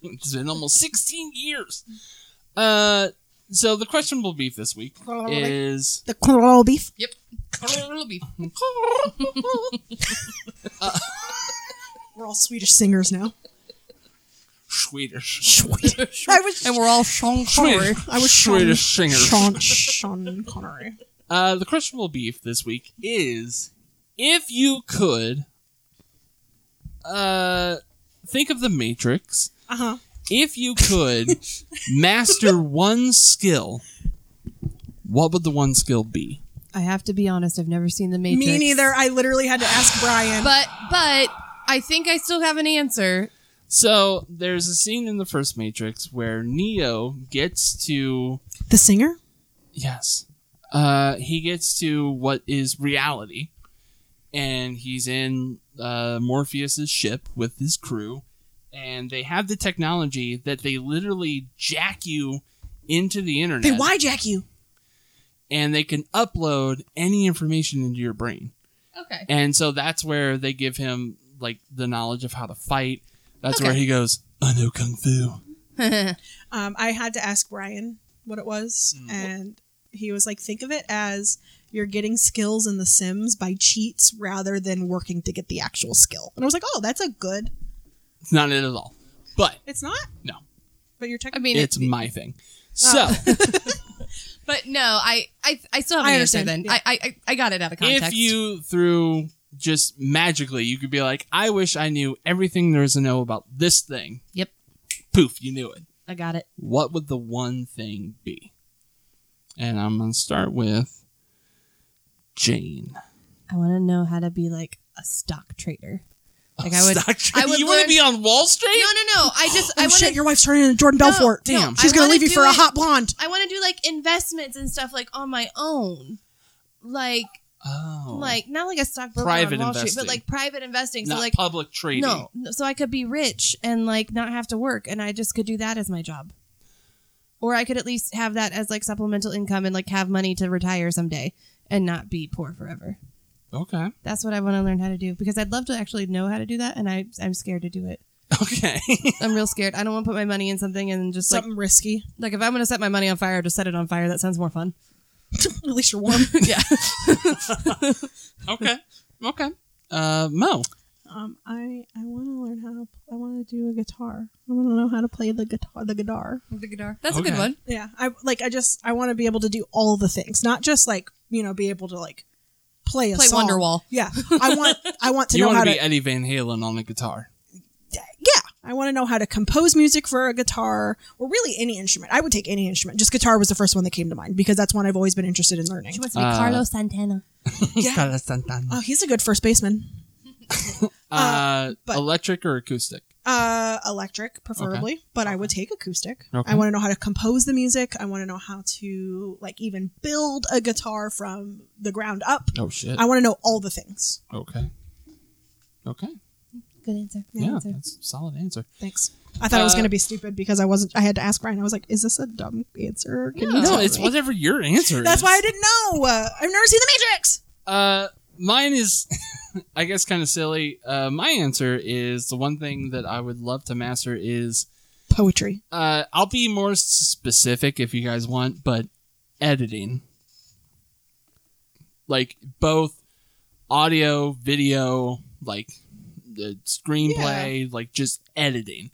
Speaker 1: it's been almost 16 years. Uh, so the questionable beef this week is
Speaker 3: The coral beef. We're all Swedish singers now.
Speaker 1: Swedish.
Speaker 3: I was
Speaker 2: and we're all Sean Connery.
Speaker 3: I was Sean-
Speaker 1: Swedish singer.
Speaker 3: Sean, Sean Connery.
Speaker 1: Uh, the questionable beef this week is if you could uh, think of the Matrix.
Speaker 3: Uh huh.
Speaker 1: If you could master one skill, what would the one skill be?
Speaker 2: I have to be honest. I've never seen the Matrix.
Speaker 3: Me neither. I literally had to ask Brian.
Speaker 2: But but I think I still have an answer.
Speaker 1: So there's a scene in the first Matrix where Neo gets to
Speaker 3: the singer?
Speaker 1: yes, uh, he gets to what is reality, and he's in uh, Morpheus's ship with his crew, and they have the technology that they literally jack you into the internet.
Speaker 3: They why jack you?
Speaker 1: and they can upload any information into your brain.
Speaker 2: Okay.
Speaker 1: And so that's where they give him like the knowledge of how to fight. That's
Speaker 2: Okay.
Speaker 1: where he goes, I know kung fu.
Speaker 3: Um, I had to ask Brian what it was, and he was like, "Think of it as you're getting skills in The Sims by cheats rather than working to get the actual skill." And I was like, "Oh, that's a good.
Speaker 1: It's not it at all. But
Speaker 3: It's not.
Speaker 1: No.
Speaker 3: But you're
Speaker 2: I
Speaker 3: technically.
Speaker 2: mean,
Speaker 1: it's
Speaker 2: it's
Speaker 1: my thing.
Speaker 2: Oh,
Speaker 1: So
Speaker 2: but no, I I, I still have
Speaker 3: I
Speaker 2: an answer.
Speaker 3: understand,
Speaker 2: Then
Speaker 3: yeah.
Speaker 2: I, I I- I got it out of context.
Speaker 1: if you threw just magically, you could be like, I wish I knew everything there is to know about this thing.
Speaker 2: Yep.
Speaker 1: Poof, you knew it.
Speaker 2: I got it.
Speaker 1: What would the one thing be? And I'm gonna start with Jane.
Speaker 2: I want to know how to be like a stock trader. Like I would.
Speaker 1: Stock
Speaker 2: I would
Speaker 1: you want to
Speaker 2: learn-
Speaker 1: be on Wall Street?
Speaker 2: No no no. I just I
Speaker 3: Oh
Speaker 2: want
Speaker 3: shit!
Speaker 2: to.
Speaker 3: Your wife's turning into Jordan Belfort.
Speaker 1: Damn.
Speaker 3: She's
Speaker 2: I
Speaker 3: gonna
Speaker 2: wanna
Speaker 3: leave you
Speaker 2: do
Speaker 3: for a
Speaker 2: it-
Speaker 3: hot blonde.
Speaker 2: I want to do like investments and stuff like on my own. like
Speaker 1: Oh,
Speaker 2: like not like a stockbroker
Speaker 1: Private
Speaker 2: on Wall Street,
Speaker 1: investing.
Speaker 2: but like private investing.
Speaker 1: not
Speaker 2: so like
Speaker 1: public trading.
Speaker 2: no, no, so I could be rich and like not have to work, and I just could do that as my job, or I could at least have that as like supplemental income and like have money to retire someday and not be poor forever.
Speaker 1: Okay.
Speaker 2: That's what I want to learn how to do because I'd love to actually know how to do that, and I I'm scared to do it.
Speaker 1: Okay.
Speaker 2: I'm real scared. I don't want to put my money in something and just like
Speaker 3: Something risky.
Speaker 2: like if I'm gonna set my money on fire, just set it on fire. That sounds more fun.
Speaker 3: At least you're warm.
Speaker 2: yeah.
Speaker 1: okay. Okay. Uh, Mo.
Speaker 5: Um, I I want to learn how to. I want to do a guitar. I want to know how to play the guitar. The guitar.
Speaker 2: The guitar. That's a
Speaker 1: Okay.
Speaker 2: good one.
Speaker 3: yeah. I like I just I want to be able to do all the things. Not just like, you know, be able to like play a
Speaker 2: Play
Speaker 3: song.
Speaker 2: Wonderwall.
Speaker 3: Yeah. I want I want to
Speaker 1: you
Speaker 3: know
Speaker 1: want
Speaker 3: how
Speaker 1: to
Speaker 3: to
Speaker 1: be Eddie Van Halen on a guitar.
Speaker 3: yeah, I want to know how to compose music for a guitar or really any instrument. I would take any instrument. Just guitar was the first one that came to mind because that's one I've always been interested in learning.
Speaker 2: She wants to be
Speaker 1: Uh,
Speaker 2: Carlos Santana.
Speaker 3: Yeah.
Speaker 1: Carlos Santana.
Speaker 3: Oh, he's a good first baseman.
Speaker 1: Uh,
Speaker 3: but-
Speaker 1: electric or acoustic?
Speaker 3: Uh, electric, preferably, but I would take acoustic.
Speaker 1: Okay.
Speaker 3: I want to know how to compose the music. I want to know how to like even build a guitar from the ground up.
Speaker 1: Oh shit.
Speaker 3: I want to know all the things.
Speaker 1: Okay. Okay.
Speaker 2: Good answer. Good
Speaker 1: Yeah,
Speaker 2: answer.
Speaker 1: that's a solid answer.
Speaker 3: Thanks. I thought I was
Speaker 1: Uh,
Speaker 3: going to be stupid because I wasn't. I had to ask Ryan. I was like, "Is this a dumb answer? Can you
Speaker 1: No,
Speaker 3: tell
Speaker 1: it's
Speaker 3: me?"
Speaker 1: whatever your answer is.
Speaker 3: That's why I didn't know. Uh, I've never seen The Matrix.
Speaker 1: Uh, mine is, I guess, kind of silly. Uh, my answer is the one thing that I would love to master is.
Speaker 3: Poetry.
Speaker 1: Uh, I'll be more specific if you guys want, but editing, like both audio, video, like the screenplay, like just editing,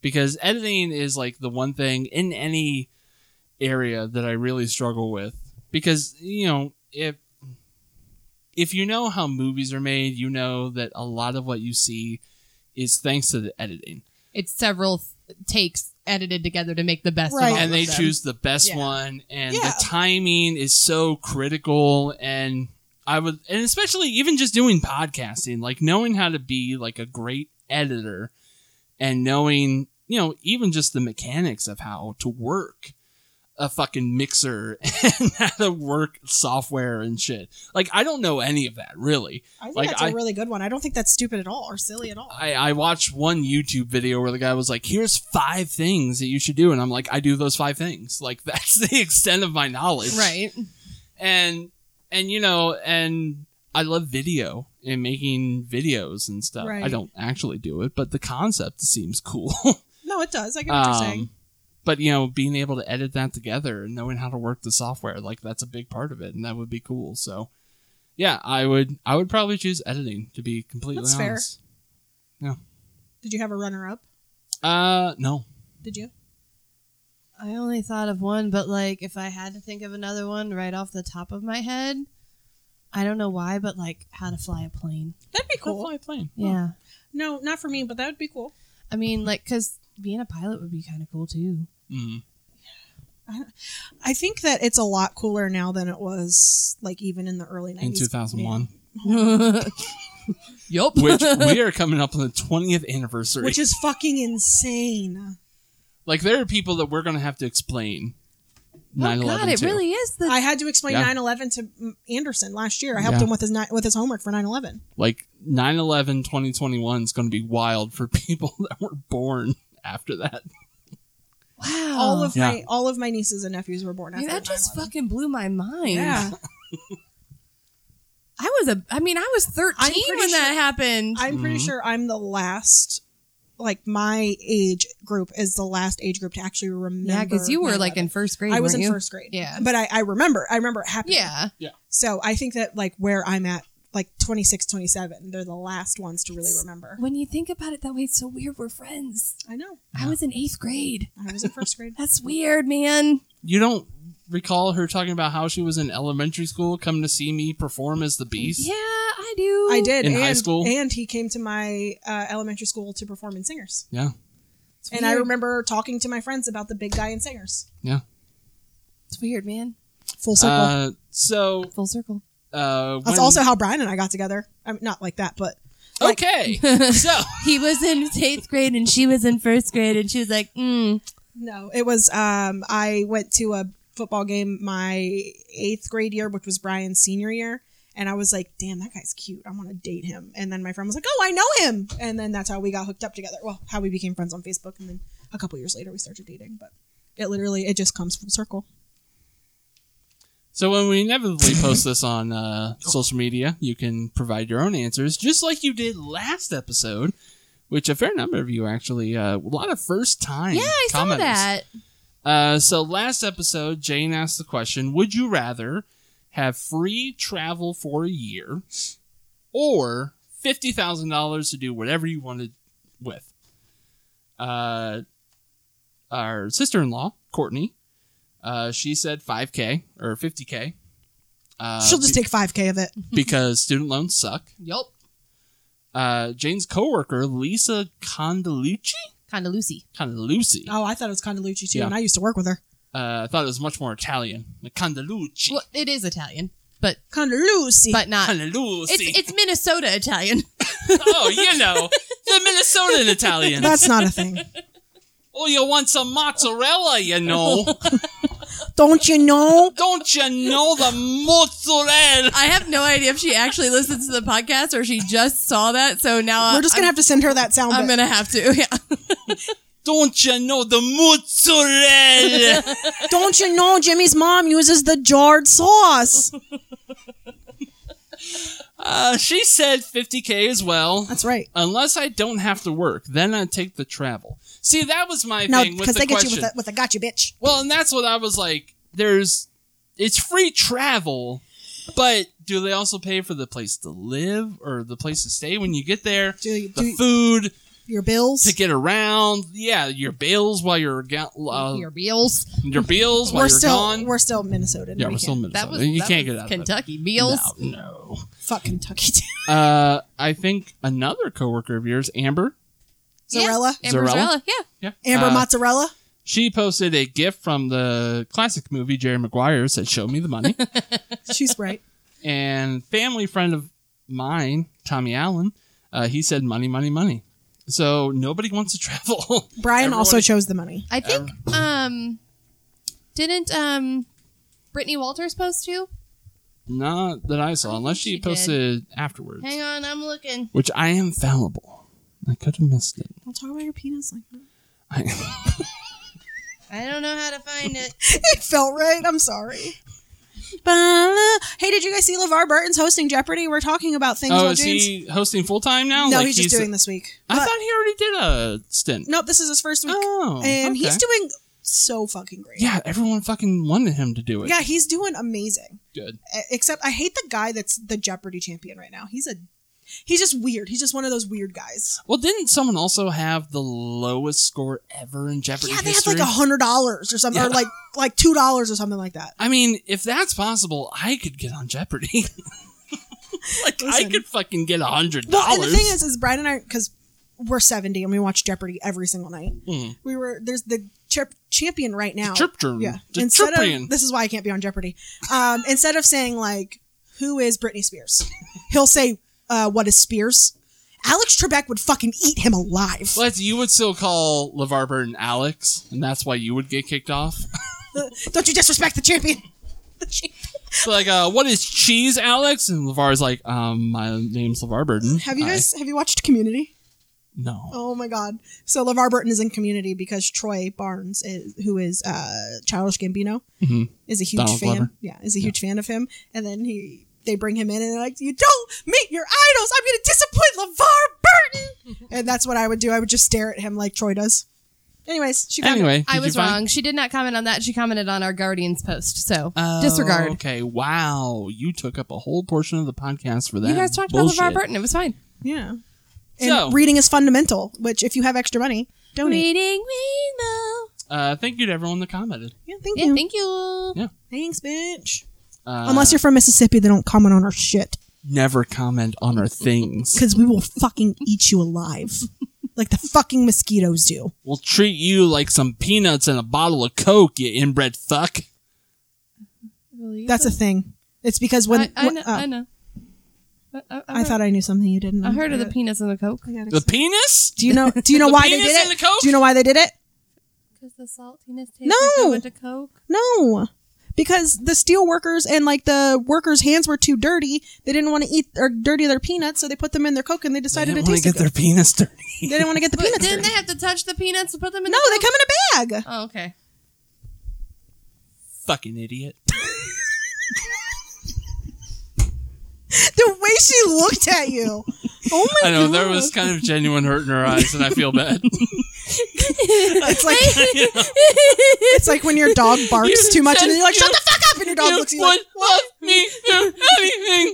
Speaker 1: because editing is like the one thing in any area that I really struggle with. Because you know if if you know how movies are made, you know that a lot of what you see is thanks to the editing.
Speaker 6: It's several th- takes edited together to make the best.
Speaker 3: Right.
Speaker 6: Of all
Speaker 1: and
Speaker 6: of
Speaker 1: they
Speaker 6: them.
Speaker 1: choose the best
Speaker 3: Yeah.
Speaker 1: one and
Speaker 3: Yeah.
Speaker 1: the timing is so critical and i would and especially even just doing podcasting like knowing how to be like a great editor and knowing you know even just the mechanics of how to work a fucking mixer and how to work software and shit like i don't know any of that really
Speaker 3: I think
Speaker 1: Like,
Speaker 3: that's a
Speaker 1: I-
Speaker 3: really good one. I don't think that's stupid at all or silly at all.
Speaker 1: I, I watched one YouTube video where the guy was like, "Here's five things that you should do," and I'm like, "I do those five things." Like that's the extent of my knowledge,
Speaker 2: Right.
Speaker 1: And and you know, and I love video and making videos and stuff. I
Speaker 3: Right.
Speaker 1: don't actually do it, but the concept seems cool.
Speaker 3: no, it does. I get what you're saying.
Speaker 1: Um, but you know, being able to edit that together and knowing how to work the software, like that's a big part of it, and that would be cool. So, yeah, I would I would probably choose editing to be completely
Speaker 3: That's fair.
Speaker 1: honest.
Speaker 3: Did you have a runner up?
Speaker 1: Uh, no.
Speaker 3: Did you?
Speaker 2: I only thought of one, but like if I had to think of another one right off the top of my head, I don't know why, but like how to fly a plane.
Speaker 3: That'd be
Speaker 1: Fly
Speaker 3: cool.
Speaker 1: a plane.
Speaker 2: Yeah.
Speaker 3: No, not for me, but that would be cool.
Speaker 2: I mean, like, because being a pilot would be kind of cool too.
Speaker 1: Mm.
Speaker 3: I think that it's a lot cooler now than it was like even in the early 90s.
Speaker 1: in 2001,
Speaker 6: Yup.
Speaker 1: which we are coming up on the 20th anniversary.
Speaker 3: Which is fucking insane.
Speaker 1: like there are people that we're going to have to explain 9/11
Speaker 2: oh God, it
Speaker 1: to.
Speaker 2: really is the
Speaker 3: I had to explain
Speaker 1: Yeah.
Speaker 3: 9/11 to mm, Anderson last year. I helped
Speaker 1: Yeah.
Speaker 3: him with his ni- with his homework for 9/11.
Speaker 1: Like 9/11 2021 is going to be wild for people that were born after that.
Speaker 2: wow.
Speaker 3: All of
Speaker 1: Yeah.
Speaker 3: my all of my nieces and nephews were born after
Speaker 2: Oh. Yeah, that just
Speaker 3: 9/11.
Speaker 2: fucking blew my mind.
Speaker 3: Yeah.
Speaker 2: I was a. I mean, I was
Speaker 3: I'm
Speaker 2: thirteen
Speaker 3: pretty
Speaker 2: when that
Speaker 3: sure-
Speaker 2: happened.
Speaker 3: I'm pretty
Speaker 1: Mhm.
Speaker 3: sure I'm the last like my age group is the last age group to actually remember.
Speaker 2: yeah, because you were like
Speaker 3: 9/11.
Speaker 2: in first grade.
Speaker 3: I was
Speaker 2: weren't
Speaker 3: in
Speaker 2: you?
Speaker 3: first grade.
Speaker 6: Yeah.
Speaker 3: But I, I remember. I remember it happening.
Speaker 6: Yeah.
Speaker 3: So I think that like where I'm at, like 26, 27, they're the last ones to really remember.
Speaker 2: When you think about it that way, it's so weird. We're friends.
Speaker 3: I know.
Speaker 2: I was in eighth grade.
Speaker 3: I was in first grade.
Speaker 2: That's weird, man.
Speaker 1: You don't recall her talking about how she was in elementary school coming to see me perform as the Beast?
Speaker 2: Yeah, I do.
Speaker 3: I did.
Speaker 1: In
Speaker 3: and,
Speaker 1: high school?
Speaker 3: And he came to my uh, elementary school to perform in Singers.
Speaker 1: Yeah.
Speaker 2: It's
Speaker 3: And I
Speaker 2: weird.
Speaker 3: remember talking to my friends about the big guy in Singers.
Speaker 2: It's weird, man.
Speaker 3: Full circle.
Speaker 1: Uh, so
Speaker 2: Full circle.
Speaker 1: uh,
Speaker 3: That's
Speaker 1: when-
Speaker 3: also how Brian and I got together. I mean, not like that, but like-
Speaker 1: okay. so
Speaker 2: He was in eighth grade and she was in first grade, and she was like, mm,
Speaker 3: no, it was. Um, I went to a football game my eighth grade year, which was Brian's senior year. And I was like, damn, that guy's cute. I want to date him. And then my friend was like, oh, I know him. And then that's how we got hooked up together. Well, how we became friends on Facebook. And then a couple years later, we started dating. But it literally, it just comes full circle.
Speaker 1: So when we inevitably post this on uh, social media, you can provide your own answers, just like you did last episode, which a fair number of you actually, uh, a lot of first time.
Speaker 2: Yeah, I saw that.
Speaker 1: Uh, so last episode, Jane asked the question: Would you rather have free travel for a year, or fifty thousand dollars to do whatever you wanted with? Uh, our sister-in-law, Courtney, uh, she said five k or fifty k. Uh,
Speaker 3: She'll just take 5K of it.
Speaker 1: because student loans suck.
Speaker 6: Yup.
Speaker 1: Uh, Jane's coworker, Lisa Condalucci,
Speaker 6: Kind of Lucy.
Speaker 1: Condalucci,
Speaker 3: Oh, I thought it was Condalucci too.
Speaker 1: Yeah.
Speaker 3: And I used to work with her.
Speaker 1: uh, I thought it was much more Italian. Like, Condalucci,
Speaker 6: Well, it is Italian, but
Speaker 3: Condalucci.
Speaker 6: but not.
Speaker 1: Condalucci.
Speaker 6: It's it's Minnesota Italian.
Speaker 1: oh, you know, the Minnesotan Italian.
Speaker 3: That's not a thing.
Speaker 1: oh, you want some mozzarella, you know?
Speaker 3: Don't you know?
Speaker 1: Don't you know the mozzarella?
Speaker 2: I have no idea if she actually listens to the podcast or she just saw that. So now
Speaker 3: We're just going to have to send her that sound.
Speaker 2: I'm, I'm
Speaker 3: bit.
Speaker 2: gonna have to. Yeah.
Speaker 1: Don't you know the mozzarella?
Speaker 3: Don't you know Jimmy's mom uses the jarred sauce?
Speaker 1: uh, she said 50k as well.
Speaker 3: That's right.
Speaker 1: Unless I don't have to work, then I take the travel. See, that was my
Speaker 3: No,
Speaker 1: thing with
Speaker 3: because
Speaker 1: the
Speaker 3: they get
Speaker 1: question.
Speaker 3: you with a, with a gotcha bitch.
Speaker 1: Well, and that's what I was like. There's, it's free travel, but do they also pay for the place to live or the place to stay when you get there?
Speaker 3: Do you-
Speaker 1: the
Speaker 3: do you-
Speaker 1: food
Speaker 3: Your bills.
Speaker 1: to get around? Yeah, your bills while you're ga- uh,
Speaker 6: Your meals.
Speaker 1: your bills while
Speaker 3: we're
Speaker 1: you're
Speaker 3: still
Speaker 1: gone.
Speaker 3: we're still Minnesota.
Speaker 1: yeah, we're still in Minnesota.
Speaker 6: That was
Speaker 1: you
Speaker 6: that
Speaker 1: can't
Speaker 6: was
Speaker 1: get out of
Speaker 6: Kentucky
Speaker 1: that.
Speaker 6: meals.
Speaker 1: No,
Speaker 3: fuck Kentucky. too.
Speaker 1: no. Uh, I think another coworker of yours, Amber.
Speaker 3: Zarella,
Speaker 2: Yeah. Amber
Speaker 1: Zarella?
Speaker 2: Zarella. Yeah.
Speaker 1: Yeah,
Speaker 3: Amber
Speaker 1: uh,
Speaker 3: mozzarella.
Speaker 1: She posted a gift from the classic movie Jerry Maguire said, "Show me the money."
Speaker 3: She's right.
Speaker 1: and family friend of mine, Tommy Allen, uh, he said money, money, money. So nobody wants to travel.
Speaker 3: Brian
Speaker 1: Everyone-
Speaker 3: also chose the money.
Speaker 2: I think um didn't um Brittany Walters post too?
Speaker 1: not that I saw, unless she,
Speaker 6: She did.
Speaker 1: posted afterwards,
Speaker 2: Hang on, I'm looking.
Speaker 1: which I am fallible. I could have missed it.
Speaker 3: Don't talk about your penis like that.
Speaker 1: I,
Speaker 2: I don't know how to find it.
Speaker 3: It felt right. I'm sorry. Ba-la. Hey, did you guys see LeVar Burton's hosting Jeopardy? We're talking about things
Speaker 1: oh,
Speaker 3: while
Speaker 1: is
Speaker 3: Jane's.
Speaker 1: he hosting full time now?
Speaker 3: no,
Speaker 1: Like,
Speaker 3: he's just doing this week.
Speaker 1: I
Speaker 3: But-
Speaker 1: thought he already did a stint.
Speaker 3: nope, this is his first week,
Speaker 1: Oh,
Speaker 3: and
Speaker 1: okay.
Speaker 3: he's doing so fucking great.
Speaker 1: Yeah, everyone fucking wanted him to do it.
Speaker 3: yeah, he's doing amazing. E,
Speaker 1: good.
Speaker 3: except I hate the guy that's the Jeopardy champion right now. He's a he's just weird. He's just one of those weird guys.
Speaker 1: Well, didn't someone also have the lowest score ever in Jeopardy
Speaker 3: yeah, they
Speaker 1: history?
Speaker 3: had like a hundred dollars or something, or
Speaker 1: Yeah.
Speaker 3: like like two dollars or something like that.
Speaker 1: I mean, if that's possible, I could get on Jeopardy. like I
Speaker 3: Listen.
Speaker 1: could fucking get a hundred
Speaker 3: Well, and the
Speaker 1: dollars.
Speaker 3: thing is, is Brian and I because we're seventy and we watch Jeopardy every single night.
Speaker 1: Mhm.
Speaker 3: We were there's the chip champion right now.
Speaker 1: Chirpdrum.
Speaker 3: yeah,
Speaker 1: The
Speaker 3: instead
Speaker 1: Chirprian.
Speaker 3: of this is why I can't be on Jeopardy. Um, instead of saying like who is Britney Spears, he'll say uh, what is Spears. Alex Trebek would fucking eat him alive.
Speaker 1: Let's. You would still call LeVar Burton Alex, and that's why you would get kicked off.
Speaker 3: Don't you disrespect the champion? The champion.
Speaker 1: So like, uh, what is cheese, Alex? And LeVar's like, um, my name's LeVar Burton.
Speaker 3: Have you
Speaker 1: Hi.
Speaker 3: guys have you watched Community?
Speaker 1: No.
Speaker 3: Oh my god! So LeVar Burton is in Community because Troy Barnes, is, who is uh, Childish Gambino,
Speaker 1: Mhm.
Speaker 3: is a huge
Speaker 1: Donald
Speaker 3: fan.
Speaker 1: Glover.
Speaker 3: Yeah, is a huge fan of him. And then he they bring him in and they're like, "You don't meet your idols. I'm going to disappoint LeVar Burton." and that's what I would do. I would just stare at him like Troy does. Anyways, she got
Speaker 1: Anyway,
Speaker 2: I
Speaker 1: did
Speaker 2: was
Speaker 1: you find-
Speaker 2: wrong. She did not comment on that. She commented on our Guardians post. So
Speaker 1: Oh,
Speaker 2: disregard.
Speaker 1: Okay. Wow, you took up a whole portion of the podcast for that.
Speaker 2: You guys talked
Speaker 1: bullshit.
Speaker 2: about LeVar Burton. It was fine.
Speaker 3: yeah. And
Speaker 1: So-
Speaker 3: reading is fundamental. Which, if you have extra money, donate.
Speaker 2: Reading Rainbow.
Speaker 1: Uh, thank you to everyone that commented.
Speaker 3: Yeah, thank
Speaker 2: Yeah,
Speaker 3: you.
Speaker 2: thank you.
Speaker 3: Thanks, bitch.
Speaker 1: Uh,
Speaker 3: Unless you're from Mississippi, they don't comment on our shit.
Speaker 1: never comment on our things.
Speaker 3: because we will fucking eat you alive. Like the fucking mosquitoes do.
Speaker 1: We'll treat you like some peanuts and a bottle of Coke, you inbred fuck.
Speaker 3: That's a thing. It's because when
Speaker 2: I, I
Speaker 3: when-
Speaker 2: know.
Speaker 3: uh,
Speaker 2: I know. I, I,
Speaker 3: I thought I knew something you didn't.
Speaker 2: I heard of the penis and the coke.
Speaker 3: I got
Speaker 1: The
Speaker 3: excited.
Speaker 1: penis?
Speaker 3: do you know? Do you know
Speaker 1: the
Speaker 3: why they
Speaker 1: penis
Speaker 3: did
Speaker 1: and the
Speaker 3: it?
Speaker 1: Coke?
Speaker 3: Do you know why they did it?
Speaker 2: Because the saltiness tastes
Speaker 3: No.
Speaker 2: no. like to coke.
Speaker 3: No, because the steel workers and like the workers' hands were too dirty. They didn't want to eat or dirty their peanuts, so they put them in their coke and they
Speaker 1: They
Speaker 3: decided
Speaker 1: didn't
Speaker 3: it
Speaker 1: want to
Speaker 3: tasted
Speaker 1: get
Speaker 3: good.
Speaker 1: their penis dirty.
Speaker 3: They didn't want to get the
Speaker 2: But
Speaker 3: peanuts.
Speaker 2: didn't
Speaker 3: dirty.
Speaker 2: they have to touch the peanuts to put them in?
Speaker 3: no,
Speaker 2: the
Speaker 3: they
Speaker 2: coke?
Speaker 3: come in a bag.
Speaker 2: Oh, okay.
Speaker 1: Fucking idiot.
Speaker 3: The way she looked at you. Oh my
Speaker 1: I know
Speaker 3: god!
Speaker 1: there was kind of genuine hurt in her eyes, and I feel bad.
Speaker 3: It's like it's like when your dog barks too much and then you're like, "Shut the fuck up!" and your dog looks at you like,
Speaker 1: love me do anything.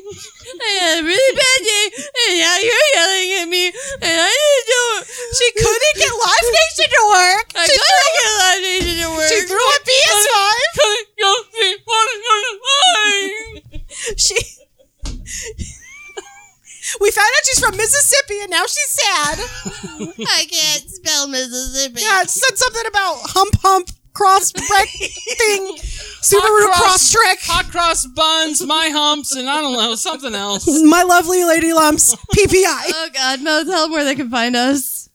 Speaker 2: I had a really bad day, and now you're yelling at me, and I didn't do it. She
Speaker 3: "Couldn't get Live Nation to work."
Speaker 2: I couldn't get Live Nation to work.
Speaker 3: She threw a PS5.
Speaker 1: Couldn't go see what is going
Speaker 3: She. We found out she's from Mississippi and now she's sad.
Speaker 2: I can't spell Mississippi.
Speaker 3: Yeah, it said something about hump hump cross wreck thing, Subaru
Speaker 1: Hot cross.
Speaker 3: cross trek.
Speaker 1: Hot cross buns, my humps, and I don't know something else.
Speaker 3: My lovely lady lumps PPI.
Speaker 2: Oh God, Mel, tell them where they can find us.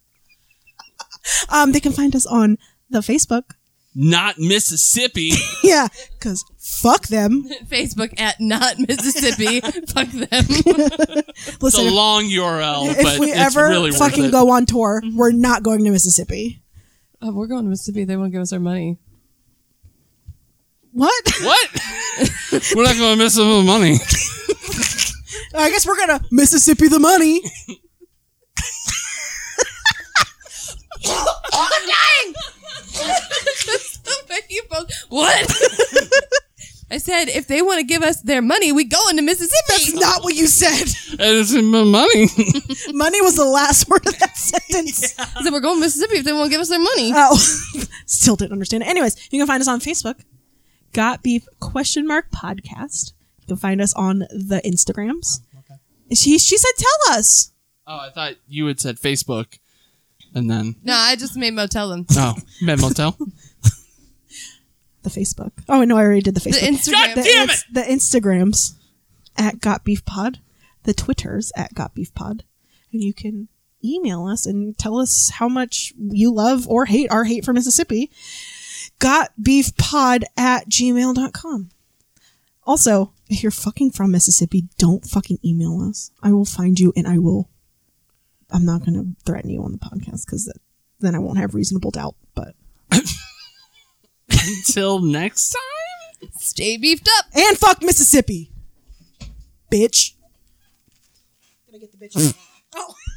Speaker 3: Um, they can find us on the Facebook.
Speaker 1: Not Mississippi.
Speaker 3: Yeah, because fuck them.
Speaker 2: Facebook at not Mississippi. Fuck them.
Speaker 1: It's a
Speaker 3: Listen,
Speaker 1: long URL,
Speaker 3: if,
Speaker 1: Oh, but
Speaker 3: if we
Speaker 1: it's
Speaker 3: ever
Speaker 1: really
Speaker 3: fucking
Speaker 1: worth it.
Speaker 3: go on tour, we're not going to Mississippi.
Speaker 2: Oh, we're going to Mississippi. They won't give us our money.
Speaker 3: What?
Speaker 1: What? We're not going to miss some of the money.
Speaker 3: I guess we're gonna Mississippi the money.
Speaker 2: you both. What? I said if they want to give us their money, we going to
Speaker 3: That's
Speaker 2: Mississippi.
Speaker 3: not what you said.
Speaker 1: And it's my money.
Speaker 3: Money was the last word of that sentence.
Speaker 2: I said we're going to Mississippi if they won't give us their money.
Speaker 3: Oh, still didn't understand. it. Anyways, you can find us on Facebook, Got Beef question mark podcast. You can find us on the Instagrams. She she said, "Tell us."
Speaker 1: Oh, I thought you had said Facebook, and then
Speaker 2: No, I just made Mo tell them.
Speaker 1: oh, Med Motel.
Speaker 3: The Facebook. Oh no, I already did the Facebook.
Speaker 2: The Instagram.
Speaker 3: the,
Speaker 1: Damn
Speaker 3: ins- the Instagrams at Got Beef Pod, the Twitters at Got Beef Pod, and you can email us and tell us how much you love or hate our hate for Mississippi. Got Beef Pod at gmail.com. Also, if you're fucking from Mississippi, don't fucking email us. I will find you and I will. I'm not going to threaten you on the podcast because then I won't have reasonable doubt. But
Speaker 1: Until next time.
Speaker 2: Stay beefed up.
Speaker 3: and fuck Mississippi, bitch. Gonna get the bitch. oh.